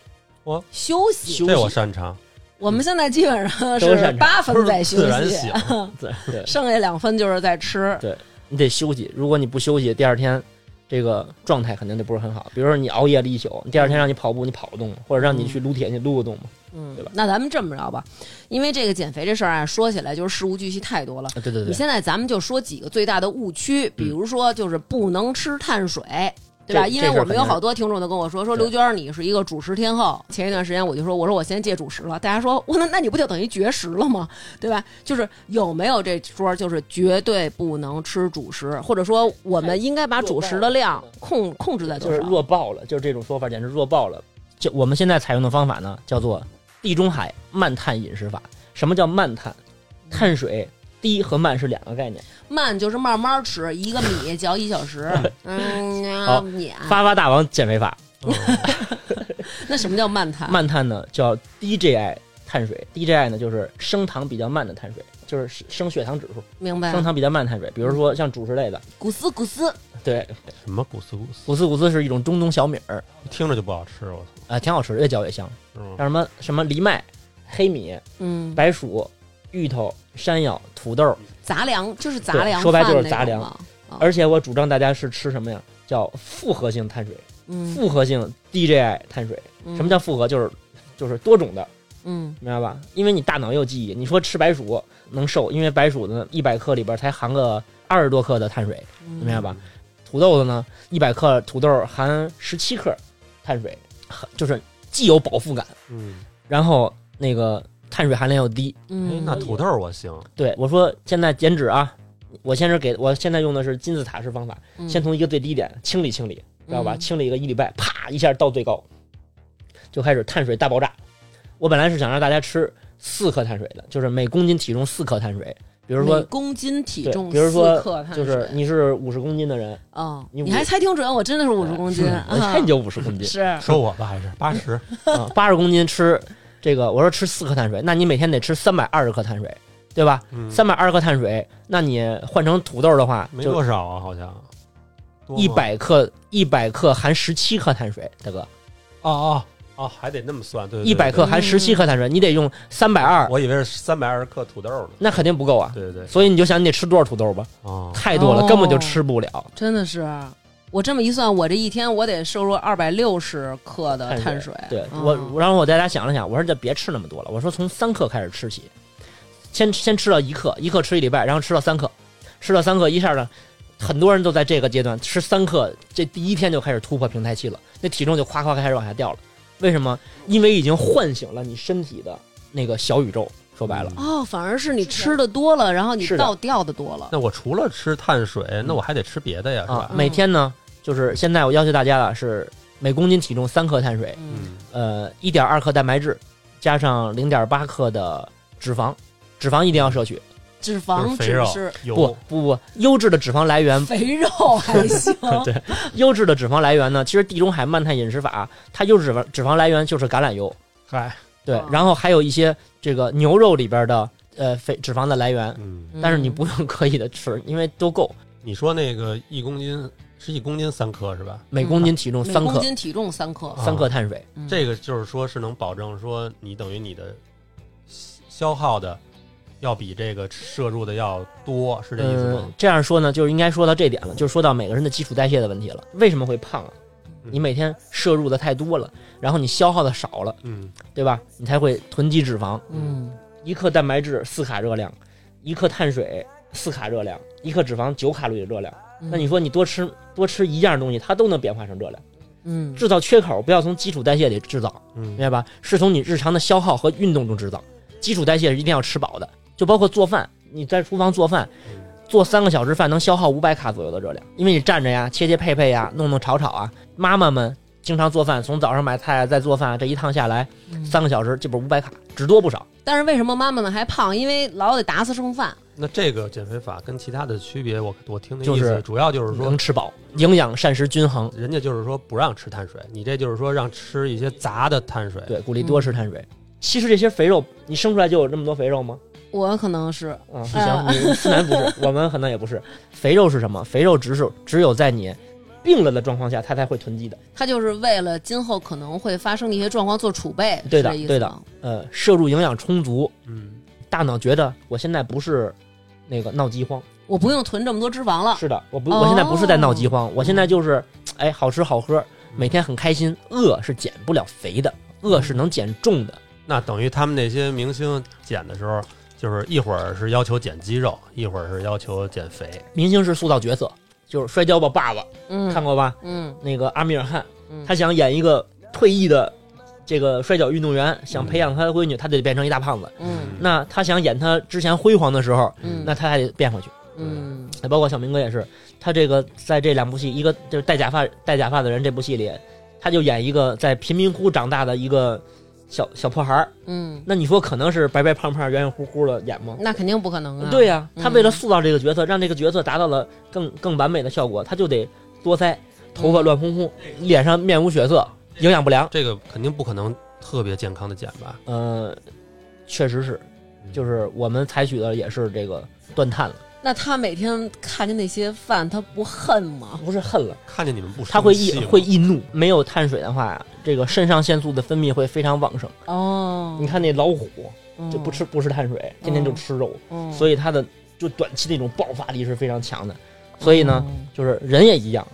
休息，休这我息擅长，我们现在基本上都是擅长八分在休自然息，醒。对对，剩下两分就是在吃。你得休息。如果你不休息，第二天这个状态肯定就不是很好。比如说你熬夜了一宿，第二天让你跑步，你跑得动吗？或者让你去撸铁，你撸得动吗？嗯对吧，那咱们这么着吧，因为这个减肥这事儿啊，说起来就是事无巨细太多了。啊，对对你对，现在咱们就说几个最大的误区，比如说就是不能吃碳水。对吧？这因为我们这事儿有肯定好多听众都跟我说，说对刘娟儿你是一个主食天后。前一段时间我就说，我说我现在戒主食了，大家说，哇，那那你不就等于绝食了吗？对吧？就是有没有这说，就是绝对不能吃主食，或者说我们应该把主食的量控控制在就多是少？弱爆了，就是这种说法简直弱爆了。就我们现在采用的方法呢，叫做地中海慢碳饮食法。什么叫慢碳？碳水低和慢是两个概念。慢就是慢慢吃，一个米嚼一小时。嗯，好你啊发发大王减肥法，嗯那什么叫慢碳？慢碳呢叫 DGI 碳水，DGI 呢就是升糖比较慢的碳水，就是升升血糖指数，明白升？糖比较慢的碳水。比如说像主食类的，古斯古斯，对，什么古斯古斯，古斯古斯是一种中东小米儿，啊、听着就不好吃，我操，挺好吃，越嚼越香。是吗？像什么什么藜麦、黑米、嗯，白薯、芋头、山药、土豆，杂粮就是杂粮，对说白就是杂粮。哦而且我主张大家是吃什么呀？叫复合性碳水，嗯，复合性 DJI 碳水。什么叫复合？就是就是多种的，嗯明白吧？因为你大脑也有记忆。你说吃白薯能瘦，因为白薯呢一百克里边才含个二十多克的碳水，嗯？明白吧？土豆子呢一百克土豆含十七克碳水，很就是既有饱腹感，嗯，然后那个碳水含量又低。哎嗯，那土豆儿我行，对我说，现在减脂啊，我先是给我现在用的是金字塔式方法，嗯先从一个最低点清理清理，知道吧？嗯清理一个一礼拜，啪一下到最高，就开始碳水大爆炸。我本来是想让大家吃四克碳水的，就是每公斤体重四克碳水。比如每说，公斤体对重比如说4克碳水，就是你是五十公斤的人，哦，你你还五猜挺准，我真的是五十哎公斤，啊嗯我一看你就就五十 公斤，是说我吧，还嗯是八十，啊，八十公斤吃这个，我说吃四克碳水，那你每天得吃三百二十克碳水，对吧？嗯，三百二十克碳水，那你换成土豆的话，没就多少啊，好像多吗一百克，一百克含十七克碳水，大哥，哦哦哦，还得那么算，对，对一百，克含嗯十七克碳水，你得用三百对二，我以为是三百二十克土豆呢，那肯定不够啊。对对对，所以你就想你得吃多少土豆吧，哦，太多了，哦根本就吃不了。真的是。我这么一算，我这一天我得摄入二百六十克的碳碳水。对嗯我，我然后我在家想了想，我说就别吃那么多了，我说从三克开始吃起，先先吃到一克，一克吃一礼拜，然后吃到三克，吃到三克一下呢，很多人都在这个阶段吃三克，这第一天就开始突破平台期了，那体重就夸夸开始往下掉了。为什么？因为已经唤醒了你身体的那个小宇宙。说白嗯了，哦，反而是你吃的多了，然后你是的倒掉的多了。那我除了吃碳水，那我还得吃别的呀，是啊吧，？每天呢，就是现在我要求大家了，是每公斤体重三克碳水，嗯嗯，呃，一点二克蛋白质，加上零点八克的脂肪，脂肪一定要摄取。脂就肪是肥只肉是不油，不不，优质的脂肪来源，肥肉 还行。优质的脂肪来源呢，其实地中海慢碳饮食法，它优质脂肪脂肪来源就是橄榄油，嗨，对哦，然后还有一些这个牛肉里边的呃肥脂肪的来源，嗯，但是你嗯不用刻意的吃，因为都够，你说那个一公斤是一公斤三克是吧？每公斤体重每三公克，斤体重三克，啊三克碳水，嗯这个就是说是能保证说你等于你的消消耗的要比这个摄入的要多，是这意思嗯吗？，这样说呢，就是应该说到这点了，就是说到每个人的基础代谢的问题了。为什么会胖啊？嗯你每天摄入的太多了，然后你消耗的少了，嗯，对吧？你才会囤积脂肪。嗯一克蛋白质四卡热量，一克碳水四卡热量，一克脂肪九卡路里热量。那你说你多吃多吃一样东西，它都能变化成热量。嗯，制造缺口不要从基础代谢里制造，嗯明白吧？是从你日常的消耗和运动中制造。基础代谢是一定要吃饱的，就包括做饭，你在厨房做饭，嗯做三个小时饭能消耗五百卡左右的热量，因为你站着呀，切切配配呀，弄弄炒炒啊。妈妈们经常做饭，从早上买菜啊再做饭啊，这一趟下来嗯三个小时，这不是五百卡，只多不少。但是为什么妈妈们还胖？因为老得打死剩饭。那这个减肥法跟其他的区别，我我听的就意思是主要就是说能，吃饱，营养膳食均衡，人家就是说不让吃碳水，你这就是说让吃一些杂的碳水。，对，鼓励多吃碳嗯水。其实这些肥肉，你生出来就有这么多肥肉吗？我可能是啊，啊不行，你思南不是，我们可能也不是。肥肉是什么？肥肉只是只有在你病了的状况下，它才会囤积的。他就是为了今后可能会发生的一些状况做储备，对的是这意思对的吗，呃，摄入营养充足，嗯，大脑觉得我现在不是那个闹饥荒。我不用囤这么多脂肪了。是的，我不，哦我现在不是在闹饥荒，我现在就是，哎，好吃好喝，每天很开心。饿是减不了肥的，饿是能减重的。那等于他们那些明星减的时候，就是一会儿是要求减肌肉，一会儿是要求减肥。明星是塑造角色，就是摔跤吧爸爸，嗯，看过吧？嗯那个阿米尔汗，嗯，他想演一个退役的这个摔跤运动员，想培养他的闺女，他得变成一大胖子。嗯那他想演他之前辉煌的时候，嗯那他还得变回去。嗯包括小明哥也是，他这个在这两部戏，一个就是戴假发戴假发的人这部戏里，他就演一个在贫民窟长大的一个小小破孩儿。嗯，那你说可能是白白胖胖、圆圆乎乎的演吗？那肯定不可能啊。对呀、他嗯为了塑造这个角色，让这个角色达到了更更完美的效果，他就得多腮，头发乱蓬蓬，脸上面无血色，营养不良。这个肯定不可能特别健康的减吧？呃，确实是，就是我们采取的也是这个断碳了，那他每天看见那些饭，他不恨吗？不是恨了，看见你们不生它会气易吗会易怒。没有碳水的话，这个肾上腺素的分泌会非常旺盛。哦，你看那老虎嗯就不吃，不吃碳水，天天就吃肉，嗯所以它的就短期那种爆发力是非常强的。所以呢，，就是人也一样，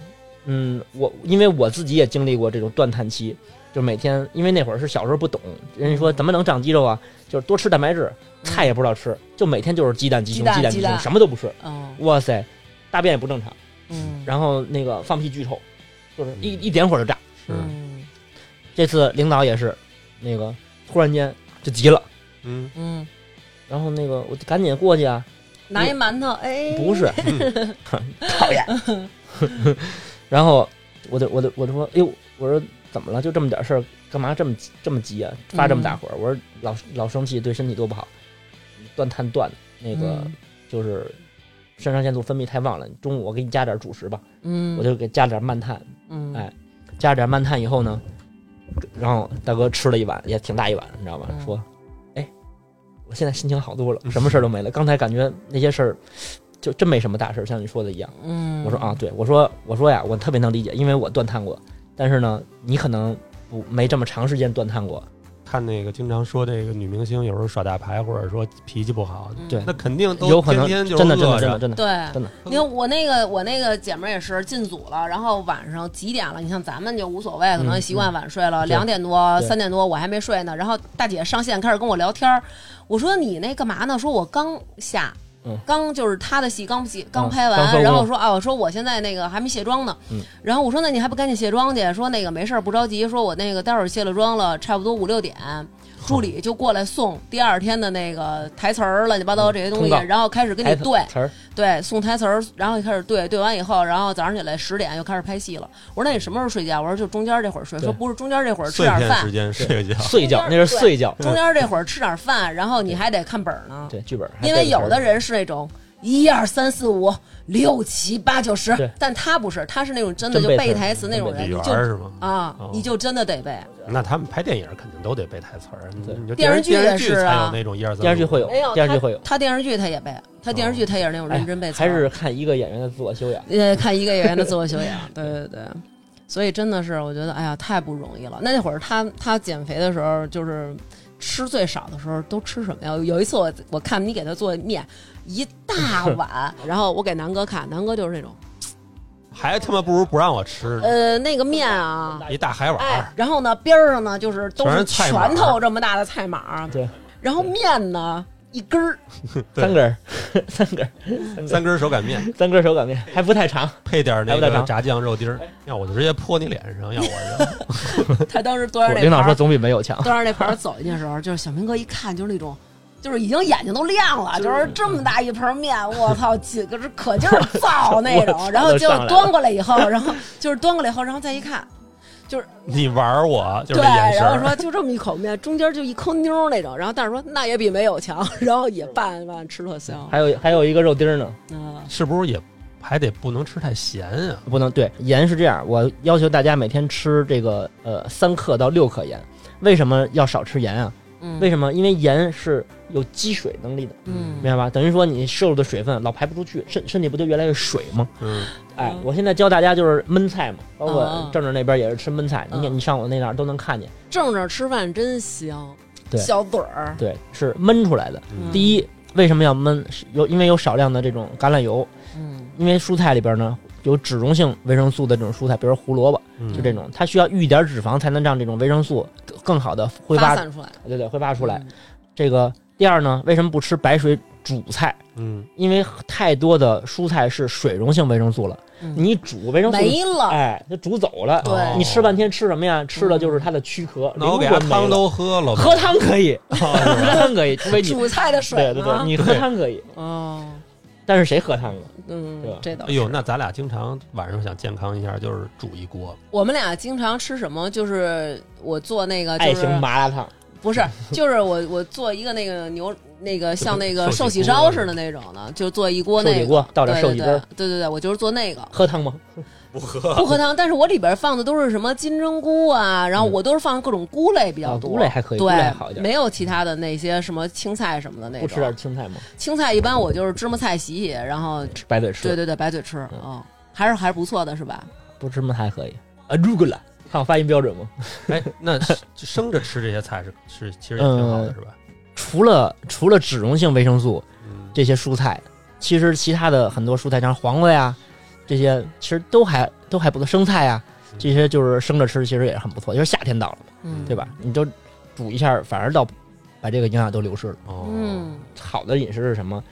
嗯，我因为我自己也经历过这种断碳期，就每天因为那会儿是小时候不懂，人嗯家说怎么能长肌肉啊，就是多吃蛋白质，菜也不知道吃，就每天就是鸡蛋、鸡鸡胸、蛋鸡蛋、鸡鸡胸，蛋什么都不吃。嗯哇塞，大便也不正常，嗯，然后那个放屁巨臭，就是一一点火就炸。是嗯这次领导也是，那个突然间就急了，嗯嗯，然后那个我赶紧过去啊，拿一馒头，哎，不是，讨厌。然后我就我就我就说，哎呦，我说怎么了？就这么点事儿，干嘛这么急这么急啊？发这么大火？嗯我说老老生气对身体多不好，断碳断的那个、嗯就是肾上腺素分泌太旺了。中午我给你加点主食吧，嗯，我就给加点慢碳，嗯哎加点慢碳以后呢，然后大哥吃了一碗，也挺大一碗，你知道吧？嗯说，哎，我现在心情好多了，什么事儿都没了。刚才感觉那些事儿就真没什么大事儿，像你说的一样。嗯，我说啊，对，我说我说呀，我特别能理解，因为我断碳过，但是呢，你可能不没这么长时间断碳过，看那个经常说这个女明星有时候耍大牌，或者说脾气不好，嗯，对那肯定都有可能天天就真的真饿的真着的真的，对，真的你看我那个我那个姐们儿也是进组了，然后晚上几点了？你像咱们就无所谓，可能习惯晚睡了，嗯两点多、对三点多我还没睡呢。然后大姐上线开始跟我聊天儿，我说你那干嘛呢？说我刚下。嗯刚就是她的戏刚戏刚嗯拍完，刚收工然后我说啊，我说我现在那个还没卸妆呢，嗯然后我说那你还不赶紧卸妆去？说那个没事儿不着急，说我那个待会儿卸了妆了，差不多五六点，助理就过来送第二天的那个台词儿乱七八糟这些东西，嗯通告然后开始跟你哎词对，词儿，对，送台词儿，然后就开始对，对完以后，然后早上起来十点又开始拍戏了。我说那你什么时候睡觉？我说就中间这会儿睡。对说不是中间这会儿吃碎点片饭时，间睡觉。睡觉中那间是睡觉，中间这会儿吃点饭，然后你还得看本儿呢。对剧本，还因带着为词有儿的人是那种一二三四五六七八九十对，但他不是，他是那种真的真就背背词儿台词那种人，李你媛就儿是吗？啊哦，你就真的得背。那他们拍电影肯定都得背台词儿，啊你对你就电视剧剧电也视是才啊有那种一二三，电视剧会有没有，第二句他会有哎他电视剧他也背，他电视剧他也是那种认真背词儿。哦还是看一个演员的自我修养。呃，看一个演员的自我修养，对对对，所以真的是我觉得，哎呀，太不容易了。那那会儿他他减肥的时候，就是吃最少的时候都吃什么呀？有一次我我看你给他做面，一大碗，然后我给南哥看，南哥就是那种，还他妈不如不让我吃呢呃，那个面啊，一大海碗哎儿，，然后呢边儿上呢就是都全是是菜码儿拳头这么大的菜码儿，对，然后面呢。一根儿，对三根儿，三根儿，三根手擀 面，三根儿手擀面，还不太长。配点那还不哎太个长炸酱肉丁儿，要我就直接泼你脸上，要 我就他当时端着那领导盘说儿总比没有强。 端着那盆儿走进去的时候，就是小明哥一看就是那种，就是已经眼睛都亮了，就是这么大一盆面，我操，几个是 可劲儿造那我种。操然后都就上来了端过来以后，然后就是端过来以后，然后再一看，你玩我，就是对，那眼神然后儿。说就这么一口面，中间就一抠妞儿那种。然后但是说那也比没有强，然后也拌拌吃特香。还有还有一个肉丁儿呢，嗯，是不是也还得不能吃太咸啊？不能对盐是这样，我要求大家每天吃这个呃三克到六克盐。为什么要少吃盐啊？嗯为什么？因为盐是有积水能力的，嗯明白吧？等于说你摄入的水分老排不出去，身身体不就越来越水吗？嗯，哎嗯，我现在教大家就是焖菜嘛，包嗯括嗯郑郑那边也是吃焖菜，你看嗯你上我那哪儿都能看见。正着吃饭真香，对小嘴儿，对，是焖出来的。嗯第一，为什么要焖？是有因为有少量的这种橄榄油，嗯因为蔬菜里边呢有脂溶性维生素的这种蔬菜，比如胡萝卜，嗯就这种，它需要遇一点脂肪才能让这种维生素更好的挥发，发散出嗯来，对对，挥发出来。这个第二呢，为什么不吃白水煮菜？嗯，因为太多的蔬菜是水溶性维生素了，嗯你一煮维生素没了，哎，就煮走了。对你吃半天吃什么呀？吃的就是它的躯壳，嗯那我给灵他魂没汤了都喝了吧，喝汤可 以，哦喝汤可以，除非你煮菜的水对呢？对对，你喝汤可以，哦。但是谁喝汤啊？对嗯吧，这倒 哎呦，那咱俩经常晚上想健康一下，就是煮一锅，我们俩经常吃什么？就是我做那个，爱呃就是情麻辣烫，不是，就是我我做一个那个牛，那个像那个寿寿喜喜锅烧似的那种的，就做一锅寿那喜个，锅倒点对寿对喜对汁儿，，对对对，我就是做那个。喝汤吗？不喝。不喝汤，但是我里边放的都是什么金针菇啊，然后嗯我都是放各种菇类比较啊多，菇类还可以，菇类好一点。对，没有其他的那些什么青菜什么的那不种。吃点青菜吗？青菜一般我就是芝麻菜洗洗，然后吃白嘴吃。对对对白嘴吃，嗯嗯，还是还是不错的，是吧？不吃么还可以。啊，如果了，看我发音标准吗？ 哎，那是生着吃这些菜是是其实也挺好的，是吧？除了除了脂溶性维生素嗯，这些蔬菜，其实其他的很多蔬菜，像黄瓜呀这些，其实都还都还不错。生菜呀嗯这些就是生着吃，其实也很不错。就是夏天到了嘛，嗯，对吧？？你就煮一下，反而倒把这个营养都流失了。哦，嗯，好的饮食是什么？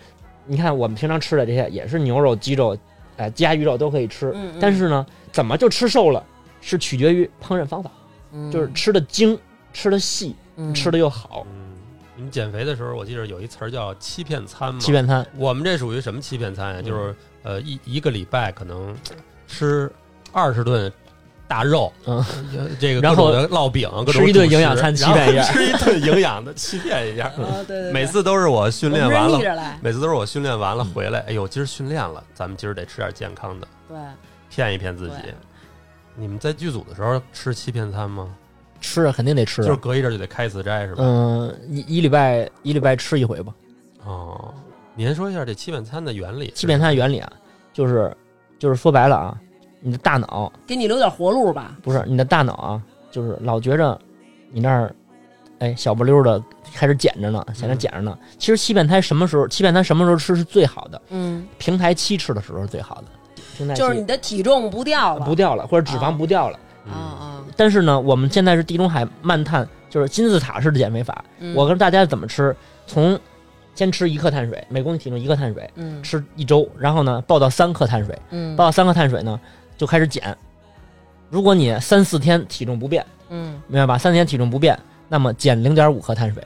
你看我们平常吃的这些，也是牛肉、鸡肉，哎、鸡鸭鱼肉都可以吃。嗯嗯但是呢，怎么就吃瘦了，是取决于烹饪方法，嗯就是吃的精，吃的细，吃的又好，嗯，你们减肥的时候，我记得有一词儿叫欺骗餐嘛。欺骗餐我们这属于什么欺骗餐呀？嗯就是呃一一个礼拜可能吃二十顿大肉，嗯呃，这个然后各种的烙饼，各种吃一顿主食营养餐欺骗一下嗯然后 吃一顿营养的欺骗一下。啊，对对对，每次都是我训我练们完是了逆，着来，每次都是我训练完了嗯回来，哎呦，今儿训练了，咱们今儿得吃点健康的，对，骗一骗自己对。你们在剧组的时候吃欺骗餐吗？吃肯定得吃就啊。是隔一阵儿就得开一次斋是吧？嗯，一一礼拜一礼拜吃一回吧。嗯哦，您说一下这欺骗餐的原理是？欺骗餐的原理啊，就是就是说白了啊，你的大脑给你留点活路吧。不是你的大脑啊，就是老觉着你那儿哎小不溜儿的开始捡着呢，在那捡着呢。其实欺骗餐什么时候欺骗餐什么时候吃是最好的？嗯，平台期吃的时候是最好的，平台期就是你的体重不掉了，不掉了，或者脂啊肪不掉了。嗯啊啊！但是呢，我们现在是地中海慢碳，就是金字塔式的减肥法。嗯我跟大家怎么吃，从先吃一克碳水，每公斤体重一克碳水，嗯吃一周，然后呢报到三克碳水，嗯报到三克碳水呢就开始减。如果你三四天体重不变，嗯明白吧？三四天体重不变，那么减零点五克碳水，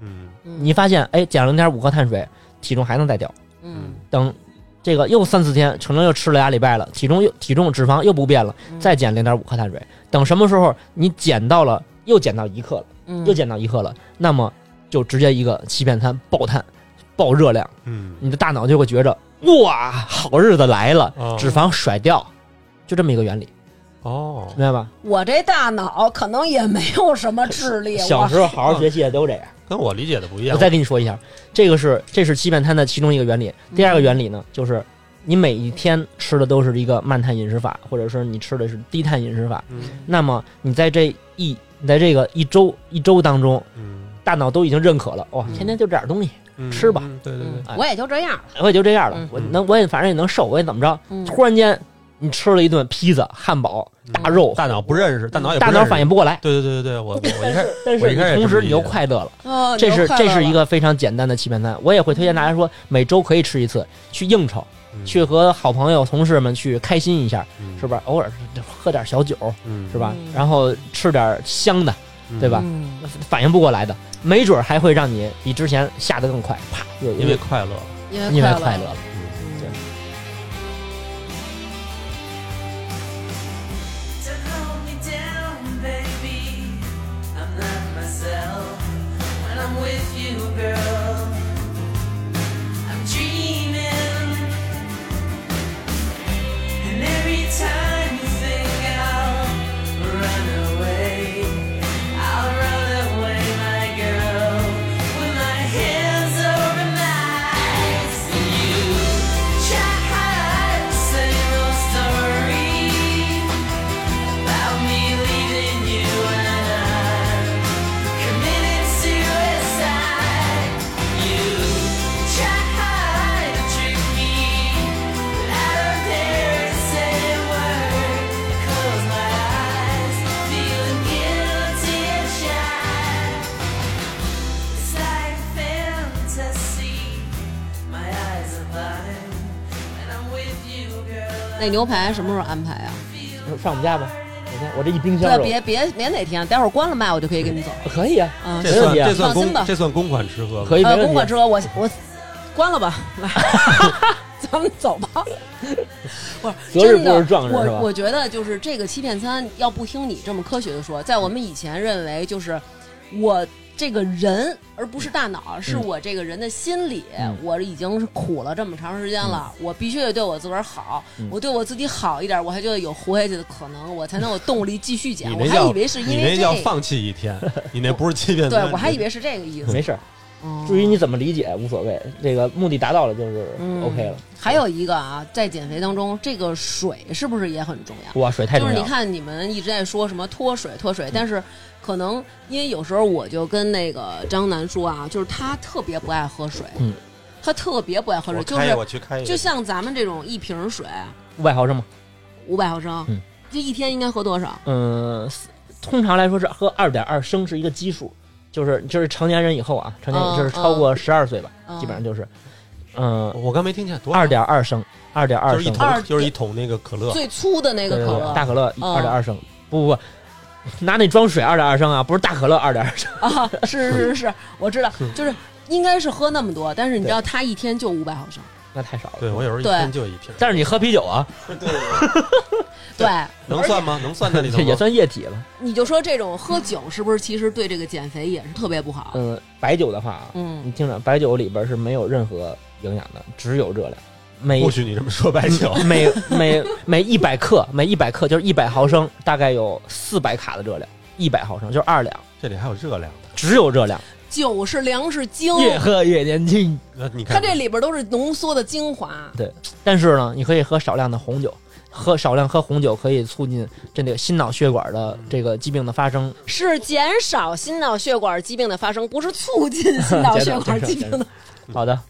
嗯嗯你发现哎，减零点五克碳水，体重还能再掉。嗯等这个又三四天，可能又吃了俩礼拜了，体重又体重脂肪又不变了，嗯再减零点五克碳水。等什么时候你减到了又减到一克了？嗯又减到一克了，那么就直接一个欺骗餐爆碳、爆热量，嗯你的大脑就会觉着哇，好日子来了，哦脂肪甩掉，就这么一个原理，哦，明白吧？我这大脑可能也没有什么智 力，小时候好好学习也都 这样。跟我理解的不一样。我再跟你说一下，这个是这是欺骗餐的其中一个原理。嗯第二个原理呢，就是你每一天吃的都是一个慢碳饮食法，或者说你吃的是低碳饮食法，嗯那么你在这一你在这个一周一周当中，嗯大脑都已经认可了，哇，嗯天天就这点东西，嗯吃吧嗯对对嗯对，哎我也就这样了。我也就这样了嗯，哎我能我也反正也能瘦，我也怎么着，嗯突然间你吃了一顿披萨、汉堡、大肉，大脑不认识，大脑也不大认识脑反应不过来。对对对对对，我我一开始 但我是一你开始也同这么时理你又解的快乐了，哦，这是这是一个个非常简单的欺骗餐。我也会推荐大家说，每周可以吃一次，去应酬，嗯去和好朋友、同事们去开心一下，嗯是吧？偶尔喝点小酒，嗯是吧嗯？然后吃点香的，嗯对吧嗯反应不过来的，没准儿还会让你比之前下得更快，啪，又因为快乐，因为因快为快乐乐了。 Don't hold me down, baby. I'm not myself when I'm with you, girl. I'm dreaming, and every time you think I'll run away, I'll run away, my girl, with my hands over my eyes. And you try to say no story about me leaving you and I committed suicide. You tried to trick me, but I don't dare to say a word. Close my eyes, feeling guilty and shy. It's like fantasy. My eyes are blind, and I'm with you, girl. 那牛排什么时候安排啊？上我们家吧，我看我这一冰箱对，肉，别别别哪天，待会儿关了麦我就可以跟你走了。可以啊，嗯，这没问算题啊这算放心吧公这算公款吃喝吗？可以，没呃，问题公馆啊。车，我我 关了吧，来，咱们走吧。不是，择日真的不如撞日是吧我我觉得就是这个欺骗餐，要不听你这么科学的说，在我们以前认为就是我。这个人，而不是大脑，是我这个人的心理。嗯我已经是苦了这么长时间了，我必须得对我自个儿好。嗯我对我自己好一点，我还觉得有活下去的可能，我才能有动力继续减你。我那还叫以为是因你为那这叫个，放弃一天，你那不是欺骗对餐。我还以为是这个意思。没事儿，嗯至于你怎么理解无所谓，这个目的达到了就是嗯 OK 了。还有一个啊，在减肥当中，这个水是不是也很重要？哇，水太就重是你要嗯了，看你们一直在说什么脱水脱水，但是可能因为有时候我就跟那个张楠说啊，就是他特别不爱喝水，嗯他特别不爱喝水，我就开一个是我去开一个就像咱们这种一瓶水五百毫升嘛，五百毫升，嗯这一天应该喝多少？嗯，四通常来说是喝二点二升是一个基数，就是就是成年人以后啊，成年人嗯就是超过十二岁吧，嗯基本上就是，嗯，我刚没听见多少二点二升，二点二就是一升，二桶就是一桶那个可乐，最粗的那对个对可对，乐大可乐嗯二点二升，不不不，拿那装水二点二升啊，不是大可乐二点二升， 啊，是是是是，我知道，嗯就是应该是喝那么多，但是你知道他一天就五百毫升，那太少了。对我有时候一对天就一瓶，但是你喝啤酒啊，对，能算吗？能算在里头啊这 吗？也算液体了。你就说这种喝酒是不是其实对这个减肥也是特别不好？嗯，白酒的话啊，哦嗯，你听着，白酒里边是没有任何营养的，只有热量。每不许你这么说白 酒。嗯每每每一百克，每一百克就是一百毫升，大概有四百卡的热量，一百毫升就是二两，这里还有热量的，只有热量，酒是粮食精，越喝越年轻。那你它看这里边都是浓缩的精华。对，但是呢，你可以喝少量的红酒，喝少量喝红酒可以促进这个心脑血管的这个疾病的发生。是减少心脑血管疾病的发生，不是促进 心脑血管疾病的。好的，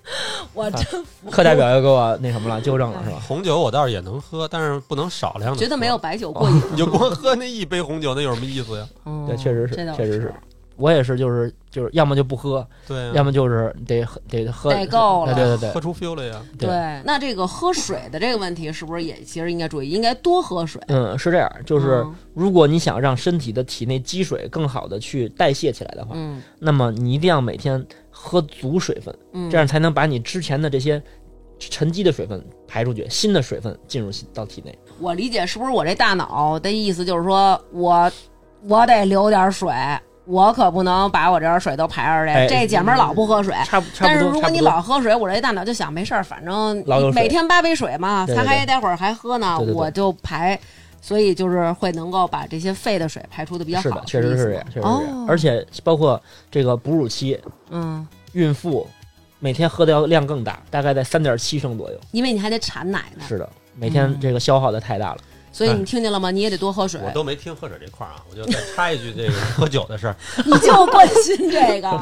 我真课代表又给我那什么了，纠正了是吧？红酒我倒是也能喝，但是不能少量的。觉得没有，白酒过瘾。你就光喝那一杯红酒，那有什么意思呀？嗯对， 确实 是这倒，确实是。我也是，就是就是，要么就不喝，对要呀，么就是得喝得喝得够了对对 对喝对出 feel 来呀。对。那这个喝水的这个问题，是不是也其实应该注意？应该多喝水。嗯，是这样，就是嗯如果你想让身体的体内积水更好的去代谢起来的话，嗯那么你一定要每天喝足水分，嗯，这样才能把你之前的这些沉积的水分排出去，新的水分进入到体内。我理解是不是我这大脑的意思就是说我我得留点水，我可不能把我这点水都排出去。哎这姐们儿老不喝水。差不差哎但不是多，差如果不你多。老喝水，我这大脑就想没事儿，反正老有水每天八杯水嘛，对他对还对待会儿还喝呢，对对对我就排，所以就是会能够把这些废的水排出的比较好。是的，确实意思是这吗样，确实是这样。哦而且包括这个哺乳期，嗯，孕妇每天喝的要量更大，大概在三点七升左右。因为你还得产奶呢。嗯是的，每天这个消耗的太大了。所以哎你听见了吗？你也得多喝水。我都没听喝水这块儿啊，我就再插一句这个喝酒的事儿。你就关心这个，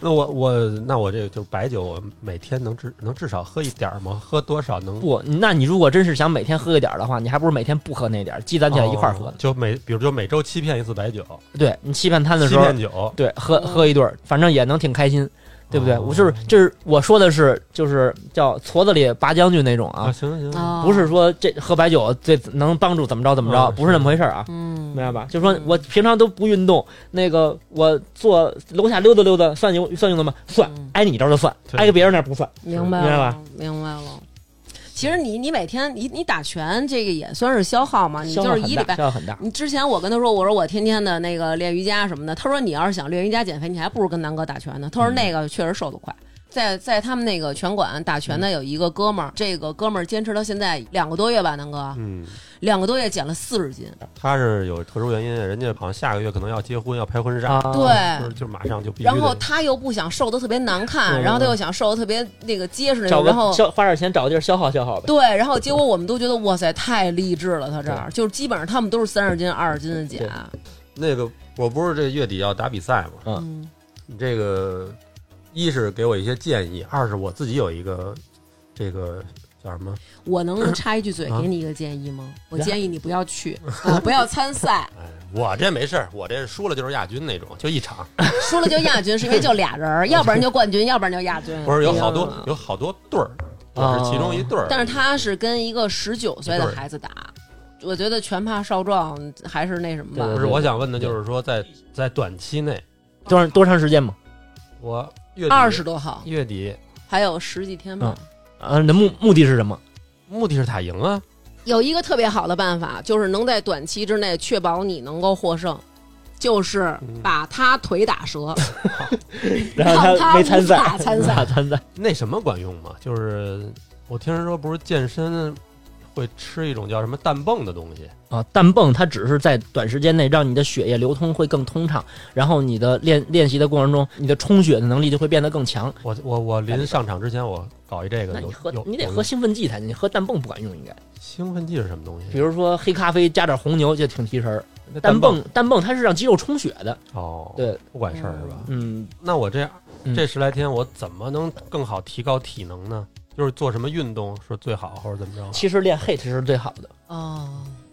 那我我那我这个就是白酒，我每天能至能至少喝一点儿吗？喝多少能不，那你如果真是想每天喝一点儿的话，你还不如每天不喝那点儿，积攒起来一块儿喝。哦就每比如就每周欺骗一次白酒，对你欺骗摊的啊欺时候，骗酒，对，喝嗯喝一顿儿，反正也能挺开心，对不对？哦我就是就是我说的是就是叫矬子里拔将军那种啊，啊，行行行，哦 不是，说这喝白酒这能帮助怎么着怎么着，嗯不是那么回事儿啊。嗯，明白吧？就说我平常都不运动，那个我坐楼下溜达溜达，算运算运动吗？算嗯，挨你这儿就算，对挨个别人那儿不算。明白明白了吧，明白了。其实你你每天你你打拳这个也算是消耗嘛，你消就耗是很一大礼拜。消耗很大。你之前我跟他说，我说我天天的那个练瑜伽什么的，他说你要是想练瑜伽减肥，你还不如跟南哥打拳呢。他说嗯那个确实瘦得快。在在他们那个拳馆打拳的有一个哥嗯们儿，这个哥们儿坚持到现在两个多月吧，南哥，嗯，两个多月减了四十斤。啊他是有特殊原因，人家好像下个月可能要结婚，要拍婚纱，啊，就对，是就马上就必须然后得他又不想瘦得特别难看，嗯然后他又想瘦得特别那个结实那找种，个然后消花点钱找个地儿消耗消耗呗。对，然后结果我们都觉得哇塞，太励志了，他这儿就是基本上他们都是三十斤、二十斤的减对，那个，我不是这月底要打比赛嘛，嗯你这个一是给我一些建议，二是我自己有一个这个叫什么？我能插一句嘴，啊给你一个建议吗？我建议你不要 去，啊不要参赛，哎，我这没事儿，我这输了就是亚军那种，就一场。输了就亚军，是因为就俩人儿，要不然就冠军，要不然就亚嗯军。不是有好你知道多吗有好多对儿，我是其中一对儿。但是他是跟一个十九岁的孩子打，我觉得全怕少壮还是那什么对不吧对。是我想问的就是说在，在短期内，多长多长时间嘛？我月底二十多号月底还有十几天吧。啊，那目目的是什么？目的是打赢啊，有一个特别好的办法，就是能在短期之内确保你能够获胜，就是嗯把他腿打折，然后让他没参赛，无法参 赛无法参赛。那什么管用吗？就是我听人说，不是健身会吃一种叫什么氮泵的东西，啊，氮泵它只是在短时间内让你的血液流通会更通畅，然后你的练练习的过程中，你的充血的能力就会变得更强。我我我临上场之前，我搞一这个，那有你喝有你得有喝兴奋剂才行，你喝氮泵不管用应该。兴奋剂是什么东西？比如说黑咖啡加点红牛就挺提神儿，那氮泵氮泵它是让肌肉充血的。哦，对，不管事儿是吧？嗯，那我这嗯这十来天，我怎么能更好提高体能呢？就是做什么运动是最好，或者怎么着？其实练 HIIT 是最好的，哦，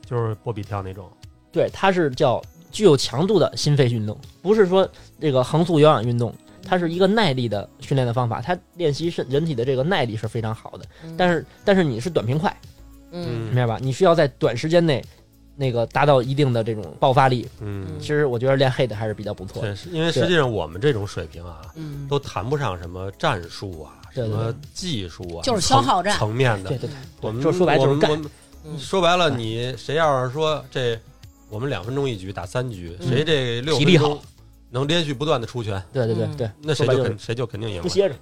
就是波比跳那种。对，它是叫具有强度的心肺运动，不是说这个横速有氧运动。它是一个耐力的训练的方法，它练习身人体的这个耐力是非常好的，但是是但是你是短平快，嗯明白吧？你需要在短时间内，那个达到一定的这种爆发力。嗯其，实我觉得练 hit 还是比较不错的。对，是因为实际上我们这种水平啊，嗯，都谈不上什么战术啊，对什对么技术啊，就是消耗战层层面的对。对对，我们说说白了我就是们干我们嗯说白了，你谁要是说这我们两分钟一局打三局，嗯谁这六体分力钟好能连续不断的出拳，对对对嗯对，那谁说白就就是肯谁就肯定赢不了。歇着。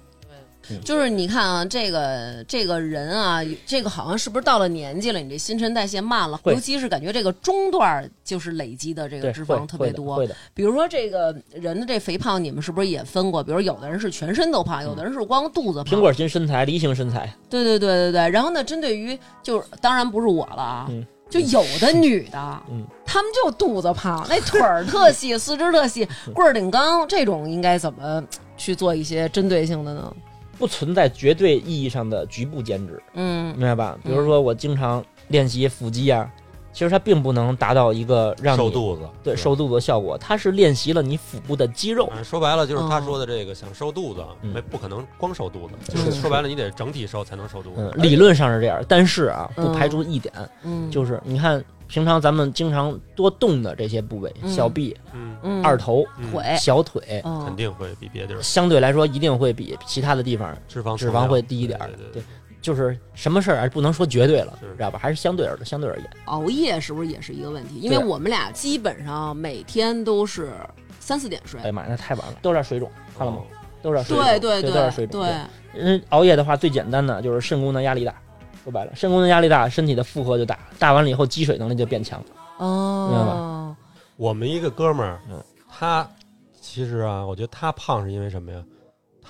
就是你看啊，这个这个人啊，这个好像是不是到了年纪了，你这新陈代谢慢了，会尤其是感觉这个中段儿就是累积的这个对，脂会肪特别会的多会。的，比如说这个人的这肥胖，你们是不是也分过？比如有的人是全身都胖，有的人是光肚子苹胖。果型身材，梨形身材，对对对对对。然后呢，针对于就是当然不是我了啊，嗯就有的女的，嗯她们就肚子胖，那腿儿特细，四肢特细，嗯棍儿顶缸这种应该怎么去做一些针对性的呢？不存在绝对意义上的局部减脂，嗯明白吧？比如说我经常练习腹肌啊，其实它并不能达到一个让瘦你肚子，对是吧瘦肚子的效果，它是练习了你腹部的肌肉。嗯，说白了哦就是他说的这个想瘦肚子，嗯没不可能光瘦肚子，就是是说白了你得整体瘦才能瘦肚嗯子，。理论上是这样，但是啊，不嗯排除一点，嗯，就是你看平常咱们经常多动的这些部位，嗯小臂、嗯，嗯二头、嗯腿，小腿，嗯肯定会比别地儿相对来说一定会比其他的地方，脂肪脂存量肪会低一点儿对对对就是什么事儿啊不能说绝对了，是知道吧？还是相对而相对而言，熬夜是不是也是一个问题？因为对啊我们俩基本上每天都是三四点睡哎。呀妈呀，那太晚了，都有点水肿，看了哦吗？？都有点水肿。对对对都是对水肿嗯，熬夜的话最简单的就是肾功能压力大，说白了，肾功能压力大，身体的负荷就大，大完了以后积水能力就变强。明白哦，我们一个哥们儿嗯，他其实啊，我觉得他胖是因为什么呀？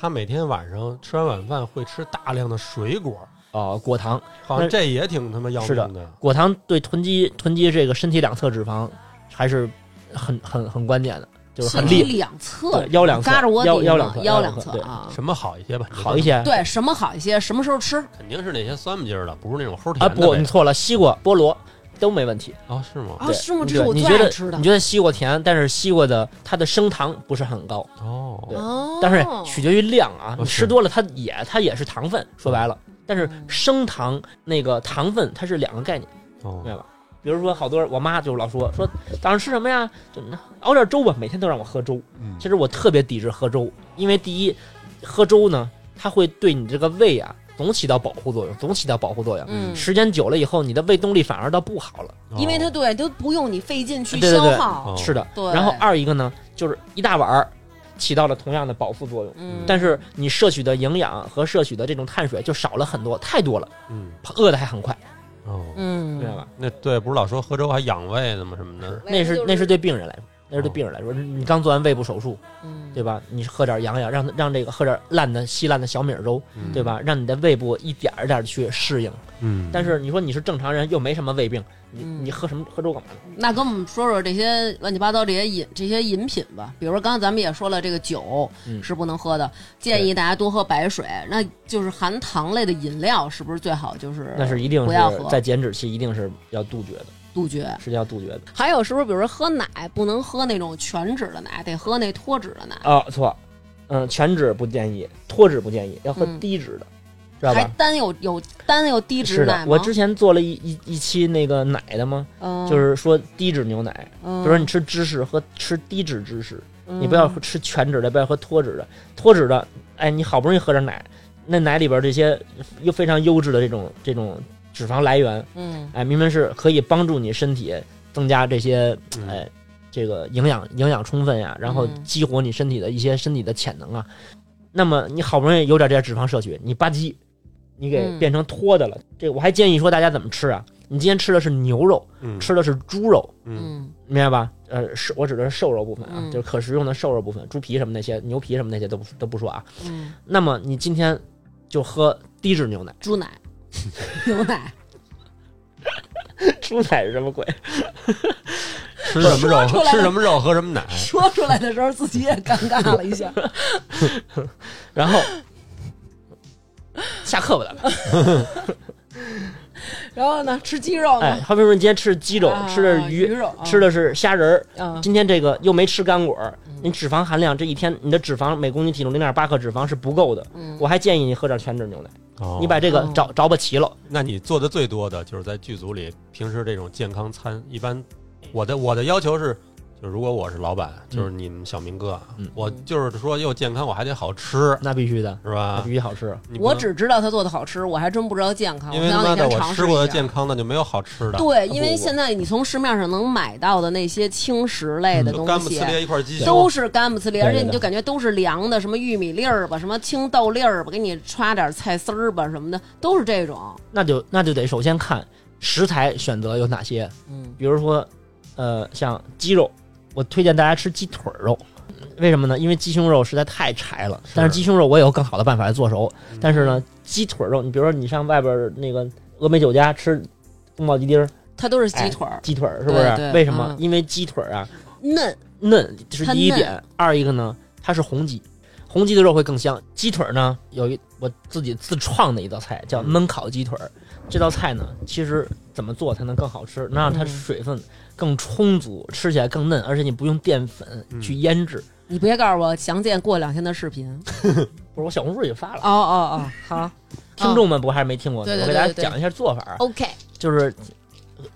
他每天晚上吃完晚饭会吃大量的水果，哦，果糖，好像这也挺他妈要命的。果糖对囤积囤积这个身体两侧脂肪还是很很很关键的，就是很身厉体害。两侧对，腰两侧，嘎着窝底腰腰呢两侧，腰两侧对，啊。什么好一些吧？好一，些。对，什么好一些，什么时候吃？肯定是那些酸不劲儿的，不是那种齁甜啊，的不，呗你错了，西瓜、菠萝都没问题。哦，是吗？啊，对是吗？你这是我你最觉爱得吃的你。觉得西瓜甜，但是西瓜的它的升糖不是很高，哦，哦，但是取决于量啊。哦你是吃多了，它也它也是糖分，说哦白了。但是升糖那个糖分它是两个概念，明哦，白吧？比如说，好多人，我妈就老说说早上吃什么呀？就熬点粥吧，每天都让我喝粥。嗯其实我特别抵制喝粥，因为第一，喝粥呢，它会对你这个胃啊总起到保护作用，总起到保护作用。嗯，时间久了以后，你的胃动力反而倒不好了。因为它对都不用你费劲去对对消对耗。哦是的。对，然后二一个呢，就是一大碗儿，起到了同样的饱腹作用，嗯，但是你摄取的营养和摄取的这种碳水就少了很多，太多了，嗯饿的还很快，哦，嗯，明白吧？那对，不是老说喝粥还养胃呢吗？什么的，啊那是那是对病人来说，那是对哦病人来说，你刚做完胃部手术，嗯，对吧？你喝点洋洋，让让这个喝点烂的稀烂的小米儿粥，嗯对？吧？让你的胃部一点儿一点儿去适应。嗯，但是你说你是正常人，又没什么胃病，你嗯你喝什么喝粥干嘛呢？那跟我们说说这些乱七八糟这些饮这些饮品吧，比如说刚才咱们也说了，这个酒嗯是不能喝的，建议大家多喝白水。那就是含糖类的饮料是不是最好就是那是一定不要是喝在减脂期，一定是要杜绝的，杜绝？是要杜绝的。还有是不是比如说喝奶不能喝那种全脂的奶，得喝那脱脂的奶，哦，错，嗯，全脂不建议，脱脂不建议，要喝嗯低脂的，知道还吧？单有有单有低脂是奶吗的，？我之前做了一一一期那个奶的嘛，嗯、就是说低脂牛奶，嗯，就说你吃芝士和吃低脂芝士，嗯你不要吃全脂的，不要喝脱脂的。脱脂的，哎，你好不容易喝点奶，那奶里边这些又非常优质的这种这种脂肪来源，嗯哎，明明是可以帮助你身体增加这些嗯哎这个营养营养充分呀，然后嗯激活你身体的一些身体的潜能啊。那么你好不容易有点这些脂肪摄取，你吧唧，你给嗯变成脱的了。这我还建议说大家怎么吃啊？你今天吃的是牛肉，嗯吃的是猪肉，嗯嗯明白吧？呃，是我指的是瘦肉部分啊，嗯就是可食用的瘦肉部分，猪皮什么那些，牛皮什么那些都不都不说啊。嗯，那么你今天就喝低脂牛奶，猪奶、 牛奶， 猪奶是什么鬼？吃什么肉说出来吃什么肉喝什么奶，说出来的时候自己也尴尬了一 下。然后 下课吧，咱哦们。然后呢，吃鸡肉哎，呢，好比说你今天吃鸡肉，啊吃的是鱼鱼，肉，啊吃的是虾仁儿，啊，今天这个又没吃干果儿，嗯你脂肪含量这一天你的脂肪每公斤体重零点八克脂肪是不够的。嗯我还建议你喝点全脂牛奶，哦你把这个哦找找吧齐了。那你做的最多的就是在剧组里，平时这种健康餐，一般我的我的要求是，就是如果我是老板，就是你们小明哥，嗯我就是说又健康，我还得好吃，那必须的，是那吧必？须好吃。你不我能只知道它做的好吃，我还真不知道健康。因为想哪他妈的天我尝试吃过一的下健康的就没有好吃的，对，不因为不现在你从市面上能买到的那些轻食类的就东嗯干不西呲，咧一块鸡胸，都是干不呲对咧，而对且你对就感觉都是凉的，什么玉米粒儿吧，什么青豆粒儿吧，给你刷点菜丝儿吧，什么的，都是这种。那就那就得首先看食材选择有哪些，嗯比如说，呃，像鸡肉，我推荐大家吃鸡腿儿肉。为什么呢？因为鸡胸肉实在太柴了。但是鸡胸肉我也有更好的办法来做熟。嗯但是呢，鸡腿儿肉，你比如说你上外边儿那个峨眉酒家吃宫保鸡丁儿它都是鸡腿儿，鸡腿儿，是不是？对对为什么？嗯因为鸡腿儿啊嫩，嫩，这是第一它嫩点。二一个呢，它是红鸡，红鸡的肉会更香。鸡腿儿呢，有一我自己自创的一道菜叫嗯焖烤鸡腿儿。这道菜呢，其实怎么做才能更好吃？能让它嗯水分更充足，吃起来更嫩，而且你不用淀粉嗯去腌制。你别告诉我详见过两天的视频。不是，我小红书也发了。哦哦哦， 好听众们不还是没听过呢？对对我给大家对对对讲一下做法啊。 ，OK，就是，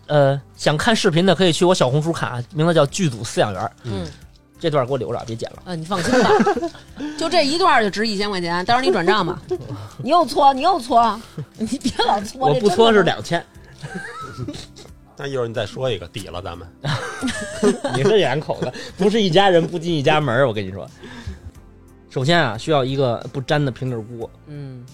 呃，想看视频的可以去我小红书看啊，名字叫剧组饲养员。嗯，这段给我留着啊，别剪了。呃，你放 心吧，就这一段就值一千块钱，到时候你转账吧。你又搓，你又搓，你别老搓。我这不真搓的是能两千，那一会儿你再说一个底了，咱们你是两口 子，不是一家人不进一家门儿。我跟你说，首先啊，需要一个不粘的平底锅，嗯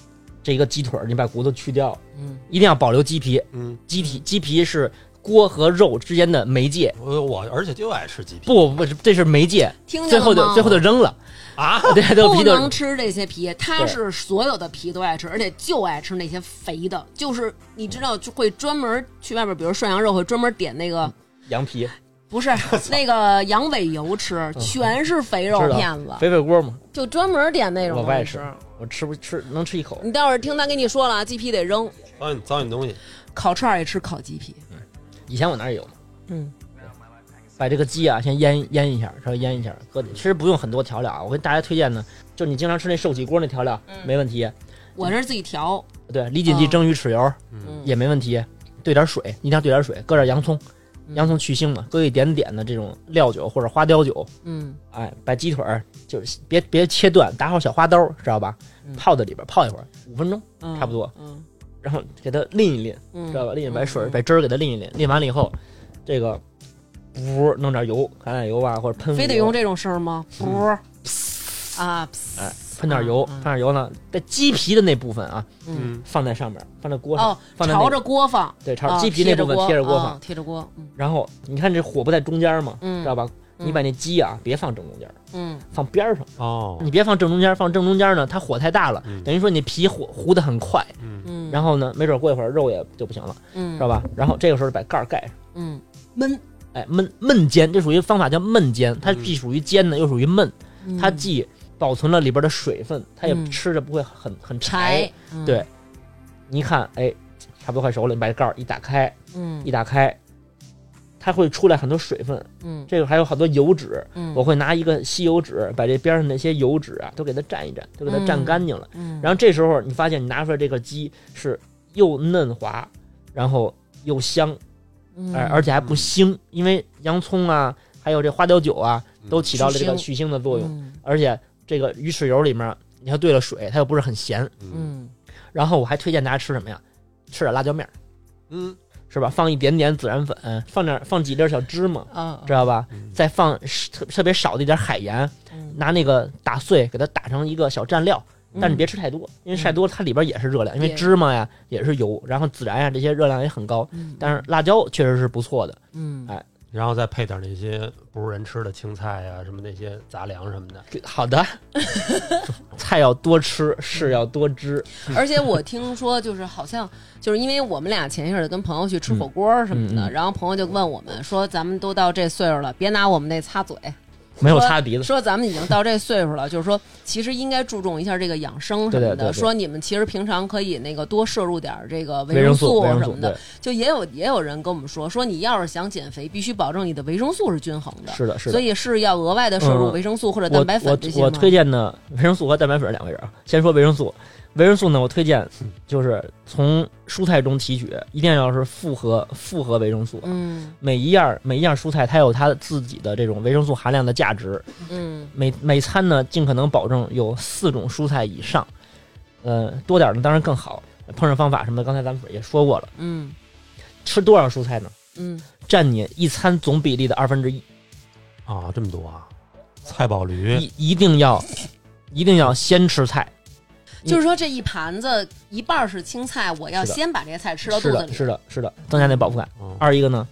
这一个鸡腿儿你把骨头去掉，嗯一定要保留鸡皮，嗯鸡皮鸡皮是。锅和肉之间的媒介。我我而且就爱吃鸡皮不不，这是媒介，听见最后了就吗最后就扔了。啊，对，最后不皮就能吃这些皮，他是所有的皮都爱吃，而且就爱吃那些肥的。就是你知道，就会专门去外面，比如涮羊肉，会专门点那 个羊皮，不是那个羊尾油吃，全是嗯肥肉知道片子，肥肥锅嘛，就专门点那种我东西不爱吃。，我吃不吃能吃一口。你待会儿听他跟你说了，啊鸡皮得扔。糟践糟践东西，烤串儿也吃烤鸡皮，以前我那儿也有嘛，嗯，把这个鸡啊先腌腌一下，稍微腌一下搁进去。其实不用很多调料啊，我跟大家推荐呢，就你经常吃那寿喜锅那调料、没问题。我这是自己调，对，李锦记嗯蒸鱼豉油、嗯也没问题，兑点水，一定要兑点水，搁点洋葱，嗯洋葱去腥嘛，搁一点点的这种料酒或者花雕酒，嗯，哎，把鸡腿儿就是别别切断，打好小花刀，知道吧？泡在里边泡一会儿，五分钟，嗯差不多，嗯然后给它淋一淋，嗯，知道吧？淋一把水，嗯把汁儿给它淋一淋，淋完了以后，这个噗弄点油，橄榄油啊，或者喷嗯非得油用这种声儿吗？噗儿嗯啊，哎，喷点油，嗯喷嗯点油呢，在鸡皮的那部分啊，嗯，放在上面，放在锅上，哦，放在那朝着锅放，对，朝啊鸡皮那部分贴着锅啊放，贴着锅，嗯然后你看这火不在中间嘛，嗯知道吧？嗯你把那鸡啊，别放正中间，嗯放边儿上。哦，你别放正中间，放正中间呢，它火太大了，嗯等于说你皮火糊得很快。嗯，嗯，然后呢，没准过一会儿肉也就不行了，嗯知道吧？然后这个时候把盖儿盖上，嗯焖，哎，焖焖煎，这属于方法叫焖煎，它嗯既属于煎呢，又属于焖，嗯它既保存了里边的水分，它也嗯吃着不会很很柴柴。，嗯哎对你一看，哎，差不多快熟了，你把盖儿一打开，嗯一打开，它会出来很多水分，嗯这个还有好多油脂，嗯，我会拿一个吸油纸，把这边上那些油脂啊都给它蘸一蘸，都给它蘸嗯干净了。嗯然后这时候你发现你拿出来这个鸡是又嫩滑，然后又香，嗯哎、而且还不腥，因为洋葱啊，还有这花雕酒啊，嗯都起到了这个去去腥的作用。嗯而且这个鱼豉油里面你还兑了水，它又不是很咸。嗯嗯然后我还推荐大家吃什么呀？吃点辣椒面儿，嗯是吧？放一点点孜然粉，放点放几粒儿小芝麻，啊知道吧？嗯再放特特别少的一点海盐，嗯拿那个打碎，给它打成一个小蘸料，嗯但是别吃太多，因为吃太多它里边也是热量，因为也芝麻呀也是油，然后孜然呀这些热量也很高。嗯但是辣椒确实是不错的，嗯哎然后再配点那些不是人吃的青菜呀、什么那些杂粮什么的，好 的，菜要多吃，事要多知， 而且我听说，就是好像就是因为我们俩前一阵儿跟朋友去吃火锅什么嗯的，嗯嗯然后朋友就问我们说：“咱们都到这岁数了，别拿我们那 擦嘴。没有擦鼻子。说咱们已经到这岁数了，就是说其实应该注重一下这个养生什么的。对对对对说你们其实平常可以那个多摄入点儿这个维生素，维生什素么对的。，就也有也有人跟我们说，说你要是想减肥，必须保证你的维生素是均衡的。是的，是的。所以是要额外的摄入嗯维生素或者我蛋白粉我这些吗？我推荐的维生素和蛋白粉是两回事啊。先说维生素，维生素呢，我推荐就是从蔬菜中提取，一定要是复合复合维生素。嗯每一样儿每一样蔬菜，它有它自己的这种维生素含量的价值。嗯每每餐呢，尽可能保证有四种蔬菜以上，呃，多点儿呢当然更好。烹饪方法什么的，刚才咱们也说过了。嗯吃多少蔬菜呢？嗯，占你一餐总比例的二分之一，啊，这么多啊，菜宝驴，一一定要，一定要先吃菜。就是说这一盘子一半儿是青菜，我要是的先把这些菜吃到肚是子的，里。是的，是的，增加那饱腹感。嗯二一个呢，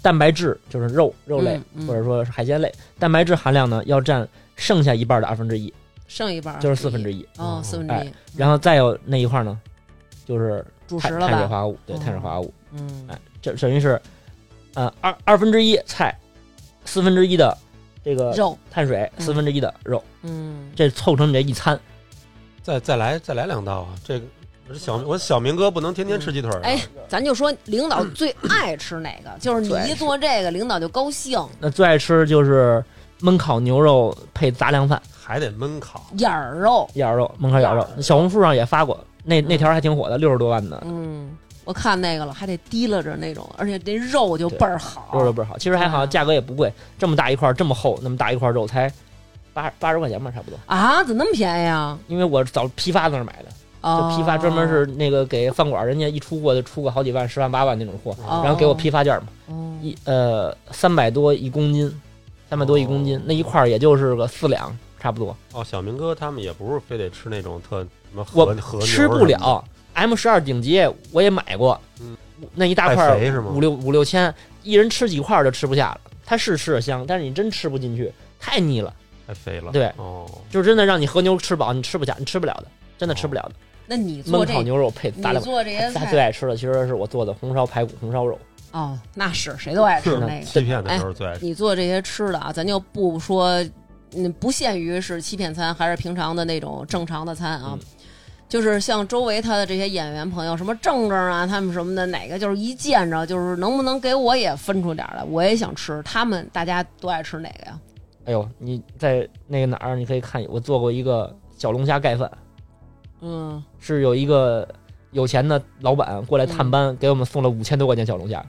蛋白质就是肉肉类、嗯嗯或者说是海鲜类，蛋白质含量呢要占剩下一半儿的二分之一，剩一半儿就是四分之一。一。哦，嗯四分之一哎。然后再有那一块儿呢，就是主食碳了碳水吧？化合物，对，碳水化合物，嗯哎这等于是，呃，二二分之一菜，四分之一的这个肉，碳水，嗯四分之一的肉，嗯，这凑成你这一餐。再再来再来两道啊，这个我是小我小明哥不能天天吃鸡腿嗯儿、啊，哎，咱就说领导最爱吃哪个，就是你一做这个，领导就高兴。那最爱吃就是焖烤牛肉配杂粮饭，还得焖烤，眼儿肉，羊肉焖烤羊肉，小红书上也发过，那那条还挺火的，六十多万呢，嗯，我看那个了，还得提拉着那种，而且那肉就倍儿好，肉肉倍儿好。其实还好，嗯价格也不贵，这么大一块儿，这么厚，那么大一块儿肉才八八十块钱吧，差不多。啊，怎么那么便宜啊？因为我早批发那儿买的，哦就批发专门是那个给饭馆儿，人家一出货就出个好几万、十万、八万那种货，哦然后给我批发价嘛，哦一呃三百多一公斤，三百多一公哦斤，那一块儿也就是个四两差不多，哦，小明哥他们也不是非得吃那种特什么和我和牛吃什么不的了。M 十二顶级我也买过嗯，那一大块太儿肥是吗五六五六千，一人吃几块儿就吃不下了。它是吃着香，但是你真吃不进去，太腻了。太肥了。对哦，就是真的让你和牛吃饱，你吃不下，你吃不了的，真的吃不了的。那你做焖这烤牛肉配咱你俩做这些他最菜爱吃的其实是我做的红烧排骨、红烧肉。哦，那是谁都爱吃是的那个。欺骗的时候最爱吃。你做这些吃的啊，咱就不说，嗯，不限于是欺骗餐还是平常的那种正常的餐啊。嗯就是像周围他的这些演员朋友，什么正正啊，他们什么的，哪个就是一见着就是能不能给我也分出点儿来，我也想吃。他们大家都爱吃哪个呀？哎呦，你在那个哪儿，你可以看我做过一个小龙虾盖饭，嗯，是有一个有钱的老板过来探班，嗯给我们送了五千多块钱小龙虾，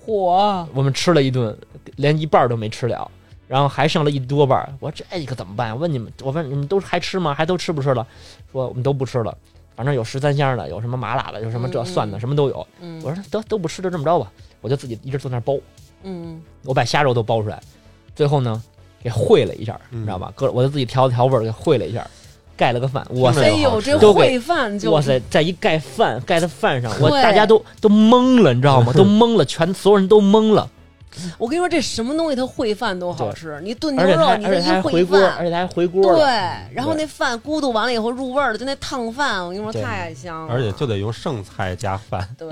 火我们吃了一顿，连一半儿都没吃了，然后还剩了一多半儿。我说这可怎么办呀？我问你们，我问你们都还吃吗？还都吃不吃了？说我们都不吃了，反正有十三香的，有什么麻辣的，有什么这嗯嗯蒜的，什么都有。嗯，我说得都不吃，就这么着吧。我就自己一直坐那儿包，嗯，我把虾肉都包出来，最后呢给烩了一下，嗯你知道吧？搁我就自己调调味儿给烩了一下，盖了个饭。哇塞！听着哎就好呦，吃这都给烩饭就哇塞，再一盖饭，盖在饭上，我对大家都都懵了，你知道吗？都懵了，全所有人都懵 了，我跟你说，这什么东西它烩饭都好吃。你炖牛而且他肉，你而这且一他还回烩锅，饭而，且他还回锅对了，，然后那饭咕嘟完了以后入味儿了，就那烫饭，我跟你说对太香了，而且就得用剩菜加饭，对，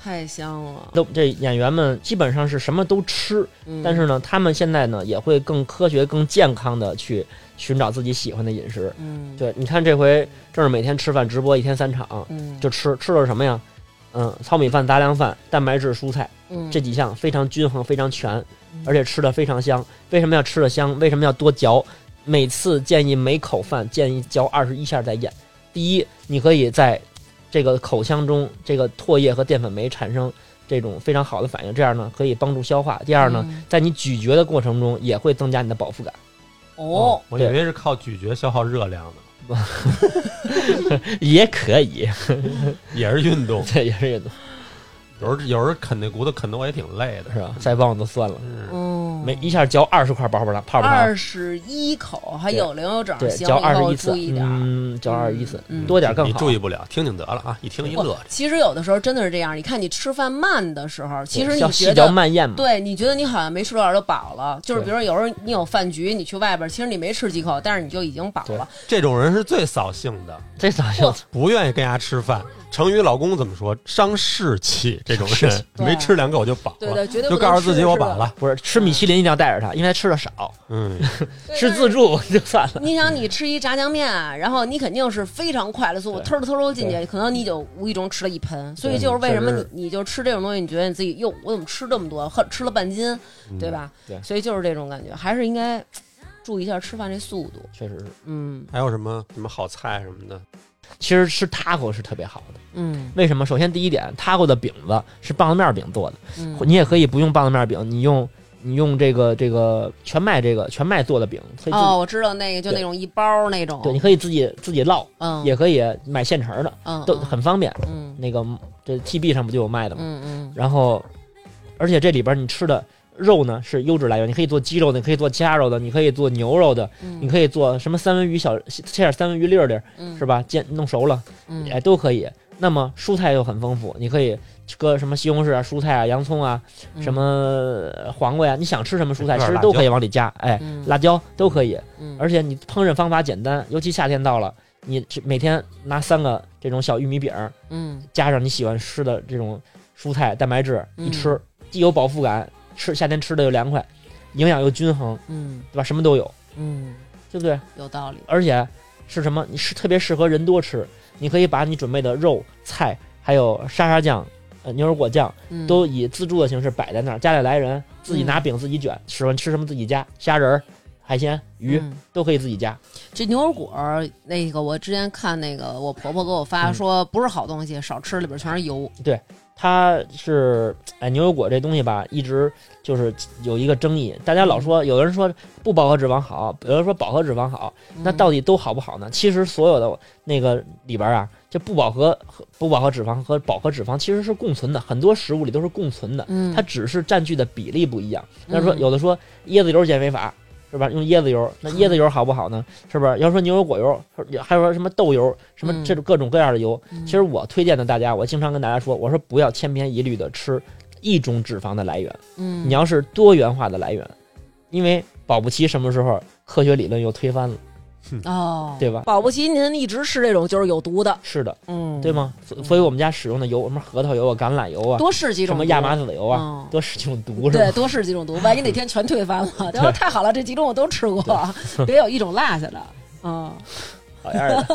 太香了。都这演员们基本上是什么都吃，嗯但是呢，他们现在呢也会更科学、更健康的去寻找自己喜欢的饮食。嗯，对，你看这回正是每天吃饭直播，一天三场，嗯，就吃吃了什么呀？嗯，糙米饭、杂粮饭、蛋白质、蔬菜嗯这几项非常均衡、非常全嗯，而且吃的非常香。为什么要吃的香？为什么要多嚼？每次建议每口饭建议嚼二十一下再咽。第一，你可以在这个口腔中这个唾液和淀粉酶产生这种非常好的反应，这样呢可以帮助消化。第二呢，嗯在你咀嚼的过程中也会增加你的饱腹感。哦，我以对为是靠咀嚼消耗热量的，也可以，也是运动。 这也是运动，有时候有时候啃那骨头啃得我也挺累的是。吧？腮帮子都酸了，嗯，嗯，每一下嚼二十块泡泡糖，泡泡糖二，十一口，还有零有整，对，行，嚼以二后十一注次，意点儿。嗯，嚼二十一次嗯，多点更你好。注意不了，听听得了啊！一听一不乐，其实有的时候真的是这样，你看你吃饭慢的时候，其实叫你细觉嚼得慢咽嘛，对，你觉得你好像没吃多少就饱了，就是对比如说有时候你有饭局，你去外边，其实你没吃几口，但是你就已经饱对了。这种人是最扫兴的，这咋行？不愿意跟家吃饭。成语老公怎么说？伤士气。这种伤士人气 没吃两口就饱对了，对，绝对就不能告诉自己吃我饱。了。不是吃米其林一定要带着它，因为它吃的少，嗯，是吧对吃自助 就算了。 你想，你吃一炸酱面，然后你肯定是非常快的速度，对偷着偷着进去，可能你就无意中吃了一盆。所以就是为什么你你就吃这种东西，你觉得你自己哟，我怎么吃这么多，恨吃了半斤，对吧？嗯对所以就是这种感觉，还是应该注意一下吃饭这速度。确实是，嗯还有什么什么好菜什么的，其实吃 taco 是特别好的。嗯为什么？首先第一点，taco 的饼子是棒子面饼做的，嗯，你也可以不用棒子面饼，你用你用这个这个全麦这个全麦做的饼，可以自己、哦，我知道那个，就那种一包那种，对，你可以自己自己烙，嗯，也可以买现成的，嗯都很方便。嗯那个这 TB 上不就有卖的吗？嗯嗯然后，而且这里边你吃的肉呢是优质来源，你可以做鸡肉的，你可以做鸭肉的，你可以做牛肉的，嗯，你可以做什么三文鱼小切点三文鱼粒儿粒儿嗯是吧？煎弄熟了，嗯哎，都可以。那么蔬菜又很丰富，你可以搁什么西红柿啊、蔬菜啊、洋葱啊、嗯什么黄瓜呀、你想吃什么蔬菜，其搁点实辣都可以椒往里加，哎，嗯辣椒都可以。嗯而且你烹饪方法简单，尤其夏天到了，你这每天拿三个这种小玉米饼儿，嗯加上你喜欢吃的这种蔬菜蛋白质，嗯一吃既有饱腹感，吃夏天吃的又凉快，营养又均衡，嗯对吧？什么都有，嗯，对不对？有道理。而且是什么？你是特别适合人多吃，你可以把你准备的肉菜，还有沙沙酱、呃牛油果酱，嗯都以自助的形式摆在那儿，家里来人自己拿饼自己卷，喜欢吃什么自己加，虾仁儿、海鲜、鱼、嗯都可以自己加。这牛油果儿，那个我之前看那个我婆婆给我发嗯说，不是好东西，少吃，里边全是油。它是哎牛油果这东西吧，一直就是有一个争议，大家老说有人说不饱和脂肪好，有人说饱和脂肪好，嗯那到底底都好不好呢？其实所有的那个里边啊，这不饱和和不饱和脂肪和饱和脂肪其实是共存的，很多食物里都是共存的，嗯，它只是占据的比例不一样。那嗯说有的说椰子油减肥法，是吧？用椰子油，那椰子油好不好呢？是不是？要说牛油果油，还有说什么豆油，什么嗯这种各种各样的油。嗯其实我推荐的大家，我经常跟大家说，我说不要千篇一律的吃一种脂肪的来源，嗯，你要是多元化的来源，因为保不齐什么时候科学理论又推翻了，哦，对吧？保不齐您一直吃这种就是有毒的，是的，嗯，对吗？所所以我们家使用的油，什么核桃油啊、橄榄油啊，多试几种什么毒亚麻籽油啊，嗯多使用毒是吧对，？多试几种毒，万一哪天全推翻了，然后太好了，这几种我都吃过，别有一种落下的。嗯，好样的，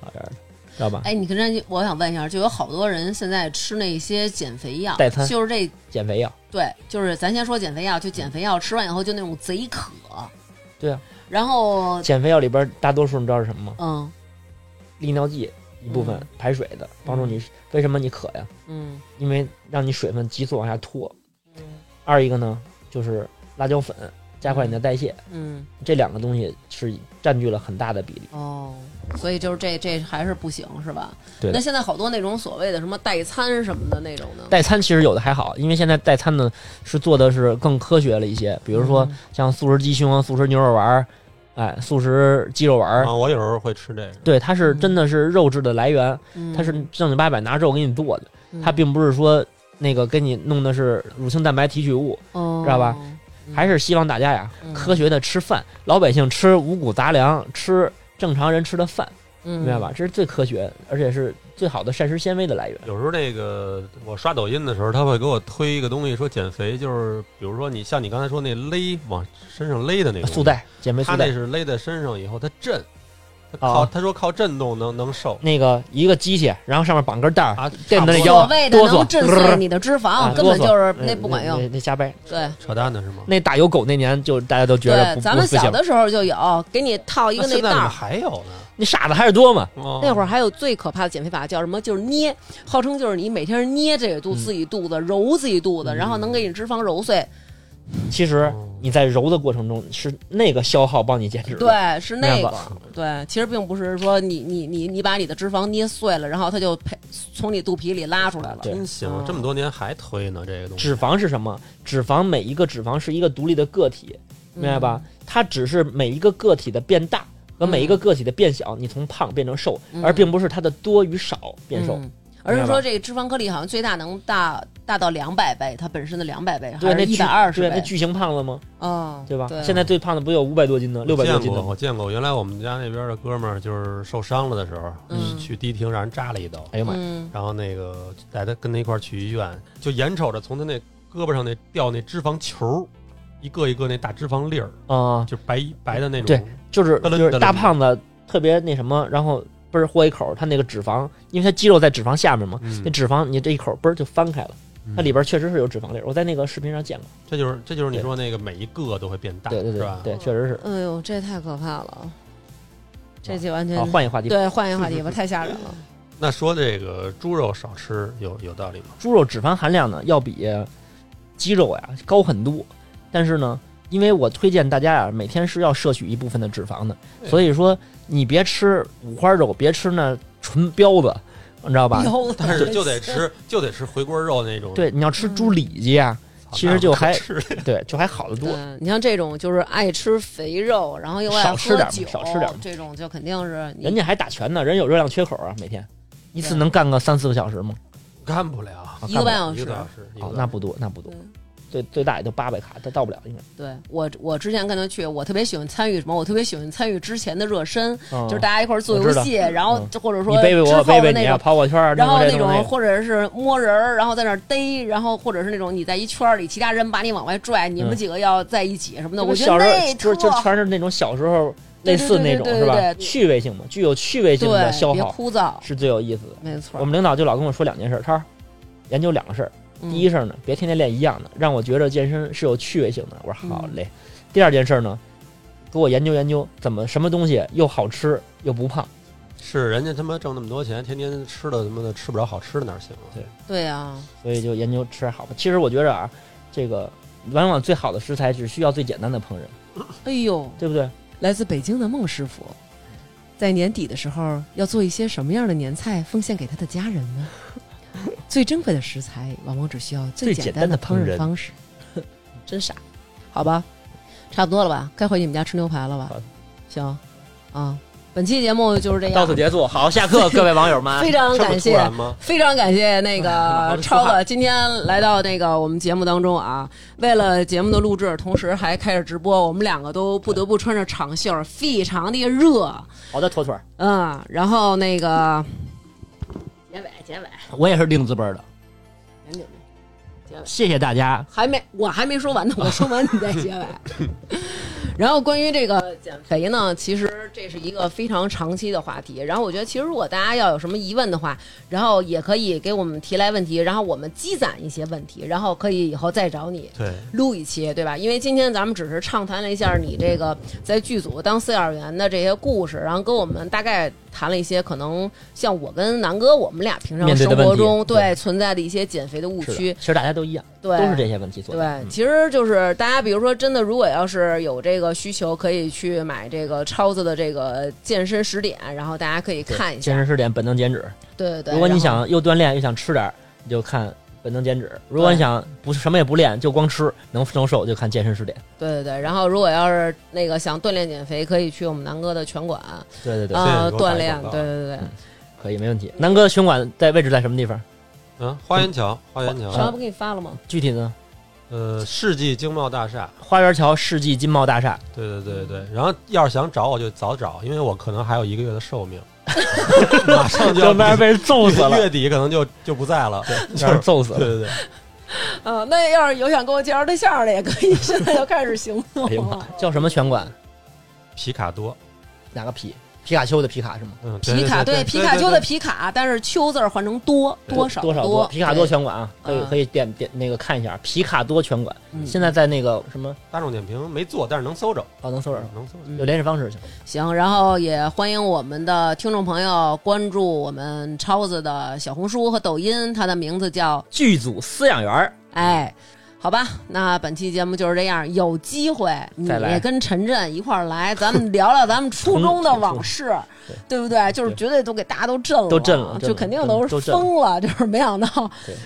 好样的，知道吧？哎，你跟这，我想问一下，就有好多人现在吃那些减肥药代餐，就是这减肥药，对，就是咱先说减肥药，就减肥药吃完以后就那种贼渴，对啊，然后减肥药里边大多数你知道是什么吗？嗯利尿剂一部分嗯排水的，帮助你。为什么你渴呀？嗯因为让你水分急速往下脱。二一个呢，就是辣椒粉，加快你的代谢。嗯这两个东西是占据了很大的比例。哦，所以就是这这还是不行是吧？对那现在好多那种所谓的什么代餐什么的那种呢？代餐其实有的还好，因为现在代餐呢是做的是更科学了一些，比如嗯说像素食鸡胸啊、素食牛肉丸儿，哎，素食鸡肉丸儿，啊，我有时候会吃这个，对，它是哦嗯真的是肉质的来源，嗯，它是正经八百拿肉给你做的，嗯它并不是说那个给你弄的是乳清蛋白提取物，哦知道吧？嗯还是希望大家呀嗯科学的吃饭，老百姓吃五谷杂粮，吃正常人吃的饭，明明白？嗯吧？这是最科学，而且是最好的膳食纤维的来源。有时候那个我刷抖音的时候，他会给我推一个东西，说减肥就是，比如说你像你刚才说那勒往身上勒的啊那个速，带减肥他速那带，是勒在身上以后，它震，他哦靠啊他说靠震动能能瘦那个一个机器，然后上面绑根带儿，啊，垫着那差不多腰所谓的哆嗦能震碎你的脂肪，啊根本就是嗯那不管用。那那瞎掰。对扯淡的是吗？那打有狗那年就大家都觉得对，不咱们不行小，的时候就有，给你套一那个那现在袋怎么儿。还有呢？你傻子还是多嘛？哦那会儿还有最可怕的减肥法叫什么？就是捏，号称就是你每天捏这个肚嗯自己肚子，揉自己肚子，然后能给你脂肪揉碎。其实哦你在揉的过程中是那个消耗帮你减脂的。对，是那明白个吧。对，其实并不是说你你你你把你的脂肪捏碎了，然后它就配从你肚皮里拉出来了。对真行，这么多年还推呢这个东西。脂肪是什么？脂肪每一个脂肪是一个独立的个体，嗯明白吧？它只是每一个个体的变大和每一个个体的变小，你从胖变成瘦，嗯而并不是它的多与少变瘦。嗯而是明白吧说这个脂肪颗粒好像最大能大大到两百倍，它本身的两百倍，对，还那是巨一百二十对那倍。巨型胖子吗？嗯，对吧？对现在最胖的不有五百多斤的、六我百多见斤过，的吗？我见过。原来我们家那边的哥们儿就是受伤了的时候，嗯去迪厅让人扎了一刀，哎呀妈呀！嗯然后那个带他跟他一块儿去医院，就眼瞅着从他那胳膊上那掉那脂肪球儿，一个一个那大脂肪粒儿，嗯啊，就白白的那种。对就是噔噔就是噔大噔胖子特别那什么，然后嘣儿豁一口，他那个脂肪，因为他肌肉在脂肪下面嘛，嗯那脂肪你这一口嘣儿就翻开了，嗯它里边确实是有脂肪粒儿，我在那个视频上见过。这就是这就是你说那个每一个都会变大，对对是对吧？对，确实是。哎呦，这太可怕了，这就完全好，啊换一个话题，对换一个 话题吧，太吓人了。那说这个猪肉少吃有有道理 吗？猪肉脂肪含量呢要比鸡肉呀高很多，但是呢，因为我推荐大家呀每天是要摄取一部分的脂肪的，对所以说你别吃五花肉，别吃那纯膘子，你知道吧？ 有，但是就得吃，就得吃回锅肉那种。对，你要吃嗯猪里脊呀，操，其实就还那不可吃 对，就还好得多。对，嗯你像这种就是爱吃肥肉，然后又爱少吃喝点嘛酒，少吃点嘛这种就肯定是你人家还打拳呢，人有热量缺口啊，每天一次能干个三四个小时吗？干不了，啊一个半干小一时嗯个。小时，一个哦半，那不多，那不多对，最最大也就八百卡，它到不了应该。对我，我之前跟他去，我特别喜欢参与什么？我特别喜欢参与之前的热身，嗯就是大家一块儿做我游知道嗯戏，然后就或者你说背背之我，后背的背那你种啊，跑跑圈儿，然后那那种种或者是摸人儿，然后在那儿逮，然后或者是那种你在一圈儿里，其他人把你往外拽，你们嗯几个要在一起什么的。我觉得小时那候就特是就全是那种小时候类似那种对对对对是吧对？对趣味性嘛，具有趣味性的对，消别耗枯燥，是最有意思的。没错我。们领导就老跟我说两件事，他说研究两个事儿，嗯第一事儿呢，别天天练一样的，让我觉着健身是有趣味性的。我说嗯好嘞。第二件事儿呢，给我研究研究怎么什么东西又好吃又不胖。是人家他妈挣那么多钱，天天吃的他妈的吃不着好吃的哪行啊？对对啊，所以就研究吃点好吧。其实我觉着啊，这个往往最好的食材只需要最简单的烹饪，哎呦，对不对？来自北京的孟师傅，在年底的时候要做一些什么样的年菜奉献给他的家人呢？ 最珍贵的食材，往往只需要最简单的单的烹烹饪饪方式。真傻，好吧。差不多了吧？该回你们家吃牛排了吧好的？行，啊，本期节目就是这到此样，结束。好，下 课，各位网友们非。常这感么突谢然。吗？非常感谢那哎个好的超哥今天来到那个我们节目当中啊，为了节目的录制，同时还开始直播，我们两个都不得不穿着长袖，非常的热，好的，妥妥，嗯，然后那个结尾结尾我也是令字辈儿的，赶紧谢谢大家。还没，我还没说完呢，我说完你再结尾。然后关于这个减肥呢，其实这是一个非常长期的话题。然后我觉得，其实如果大家要有什么疑问的话，然后也可以给我们提来问题，然后我们积攒一些问题，然后可以以后再找你对，录一期，对吧？因为今天咱们只是畅谈了一下你这个在剧组当饲养员的这些故事，然后跟我们大概谈了一些可能像我跟南哥我们俩平常面对生的活问题中对存在的一些减肥的误是的区，其实大家都一样，对，都是这嗯些问题所在。对，其实就是大家，比如说真的，如果要是有这个需求，可以去买这个超子的这个健身十点，然后大家可以对看一健下。身试点本能减脂。对对对。如果你然后，想又锻炼又想吃点儿，你就看本能减脂；如果你想不是什么也不练，就光吃能能瘦，就看健身试点。对对对，然后如果要是那个想锻炼减肥，可以去我们南哥的拳馆啊、对对对，谢谢给我打锻一炼广告。啊对对对，可以没问题。南哥的拳馆在位置在什么地方？嗯，花园桥，花园上回桥，不给你发了吗？具体呢？呃，世纪经贸大厦，花园桥世纪金茂大厦。对对对对。然后要是想找我就早找，因为我可能还有一个月的 寿命，马上就要被被人揍死 了，月底可能就就不在了。让人揍死对了。对对，啊，那要是有想跟我介绍对象的，也可以现在就开始行动哎 呀妈，叫什么拳馆？皮卡多，哪个皮？皮卡丘的皮卡是吗？嗯，对皮卡对皮卡丘的对皮卡，但是丘字儿换成多对多少哎多多皮卡多对拳馆啊，可以嗯可以点点那个看一下皮卡多拳馆，嗯现在在那个什么大众点评没做，但是能搜着，嗯哦能搜着，能搜着。有联系方式行。行，然后也欢迎我们的听众朋友关注我们超子的小红书和抖音，他的名字叫剧组饲养员儿，哎，好吧，那本期节目就是这样。有机会你再来也跟陈震一块儿来，咱们聊聊咱们初中的往事， 对对不对？就是对绝对都给大家都震了，都震了震就了肯定都是都震了疯了，就是没想到对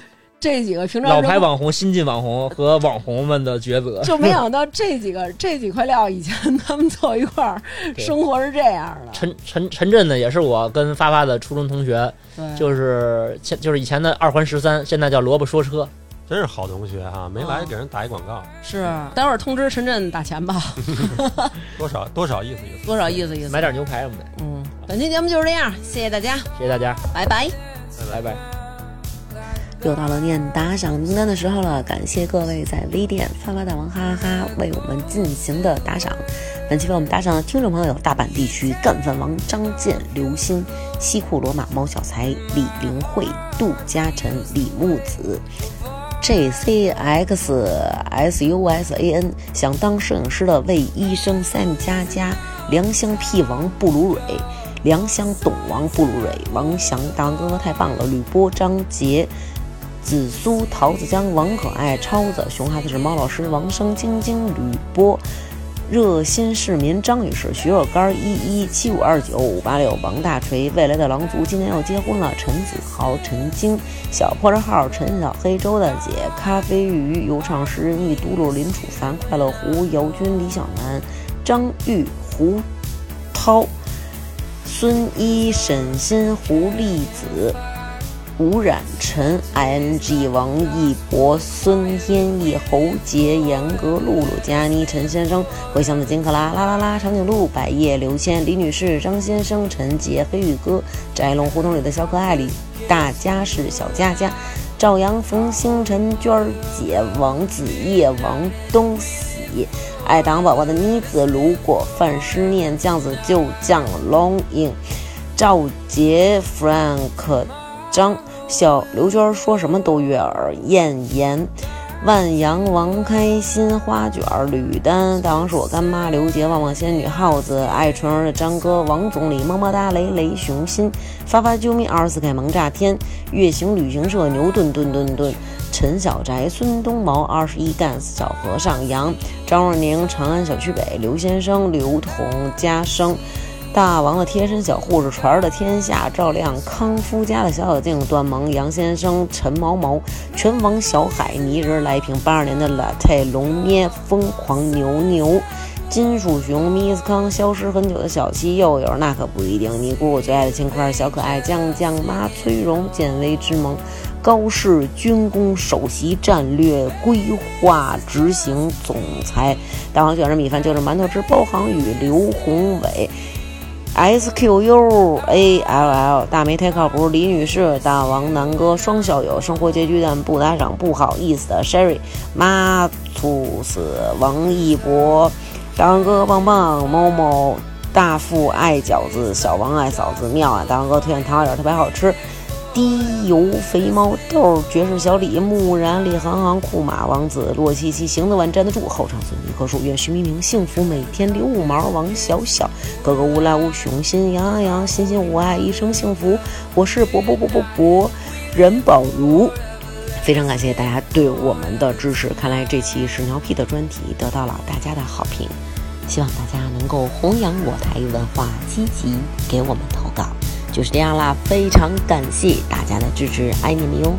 这几个平常老人 牌网红、新晋网红和网红们的抉择。就没想到这几个 这几块料，以前他们凑一块儿对生活是这样 的，陈陈陈震呢，也是我跟发发的初中同学，对就是现就是以前的二环十三，现在叫萝卜说车。真是好同学哈，没哦来给人打一广告，是。待会儿通知陈震打钱吧，多少多少意思意思。多少意思意思买。点牛排什么的，嗯，本期节目就是这样，谢谢大家，谢谢大家，拜拜。拜拜。又到了念打赏名单的时候了，感谢各位在微店发发大王哈哈哈为我们进行的打赏。本期为我们打赏的听众朋友有大阪地区干饭王张健、刘星、西库罗马猫小才、李玲慧、杜嘉晨、李木子。J C X S U S A N，想当摄影师的魏医生 Sam 佳佳，良乡屁王布鲁蕊，良乡董王布鲁蕊，王翔大王哥哥太棒了，吕波张杰。紫苏、桃子江、王可爱、超子、熊孩子是猫老师、王生、晶晶、吕波、热心市民张女士、徐若干、一一七五二九五八六、王大锤、未来的狼族今年要结婚了，陈子豪、陈晶、小破车号、陈小黑、周大姐、咖啡鱼、游唱诗人一嘟噜、林楚凡、快乐狐、姚军、李小楠、张玉、胡涛、孙一、沈心、胡栗子。吴冉晨、ing 王一博、孙天意、侯杰、严格、露露、佳妮、陈先生、回乡的金克拉、啦啦啦、长颈鹿、百叶、刘谦、李女士、张先生、陈杰、黑羽哥、宅龙胡同里的小可爱李大家是小佳佳、赵阳、冯星、陈娟儿姐、王子叶、王东喜。爱党宝宝的妮子，如果犯失念酱子就酱 longing，赵杰 Frank 张小刘娟儿说什么都悦耳，艳言。万阳、王开心、花卷儿、吕丹、大王是我干妈、刘杰、旺旺仙女、耗子、爱纯儿的张哥、王总理、么么哒、雷雷、熊心、发发啾咪、二十四 K 萌炸天、月行旅行社、牛顿顿顿顿、陈小宅、孙东毛、二十一干、小和尚、杨、张若宁、长安小区北、刘先生、刘同、家生。大王的贴身小护士，传儿的天下，赵亮、康夫家的小小静、段萌、杨先生、陈毛毛、拳王小海、泥人来一瓶八二年的 latte、龙咩、疯狂牛牛。金属熊、咪斯康、消失很久的小七、又有那可不一定。尼姑，我最爱的青块儿、小可爱、酱酱妈、崔荣、见微之盟、高氏军工首席战略规划执行总裁、大王卷着米饭就着馒头吃、包航宇、刘宏伟。S Q U A L L 大梅太靠谱，李女士，大王南哥双校友，生活拮据但不打赏，不好意思的 Sherry，妈猝死，王一博，大王哥棒棒，某某大富爱饺子，小王爱嫂子，妙啊！大王哥推荐糖花卷特别好吃，滴油肥猫豆爵士小李木然李航航库马王子洛七七行得稳站得住后场村一棵树愿徐明明幸福每天六毛王小小哥哥无赖无熊心羊羊羊欣欣我爱一生幸福我是博博博博博任宝如。非常感谢大家对我们的支持，看来这期屎尿屁的专题得到了大家的好评，希望大家能够弘扬我台文化，积极给我们投稿。就是这样啦，非常感谢大家的支持，爱你们哟。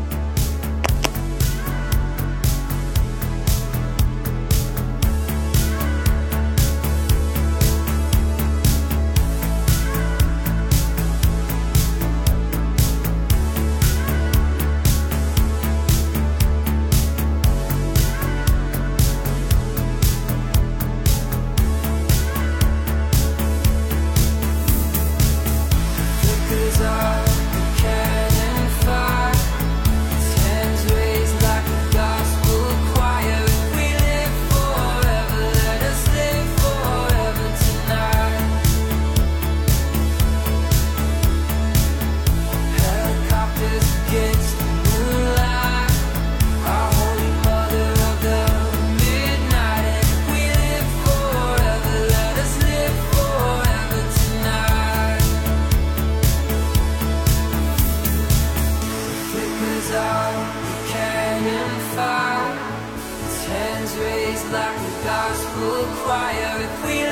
Like a gospel choir, if we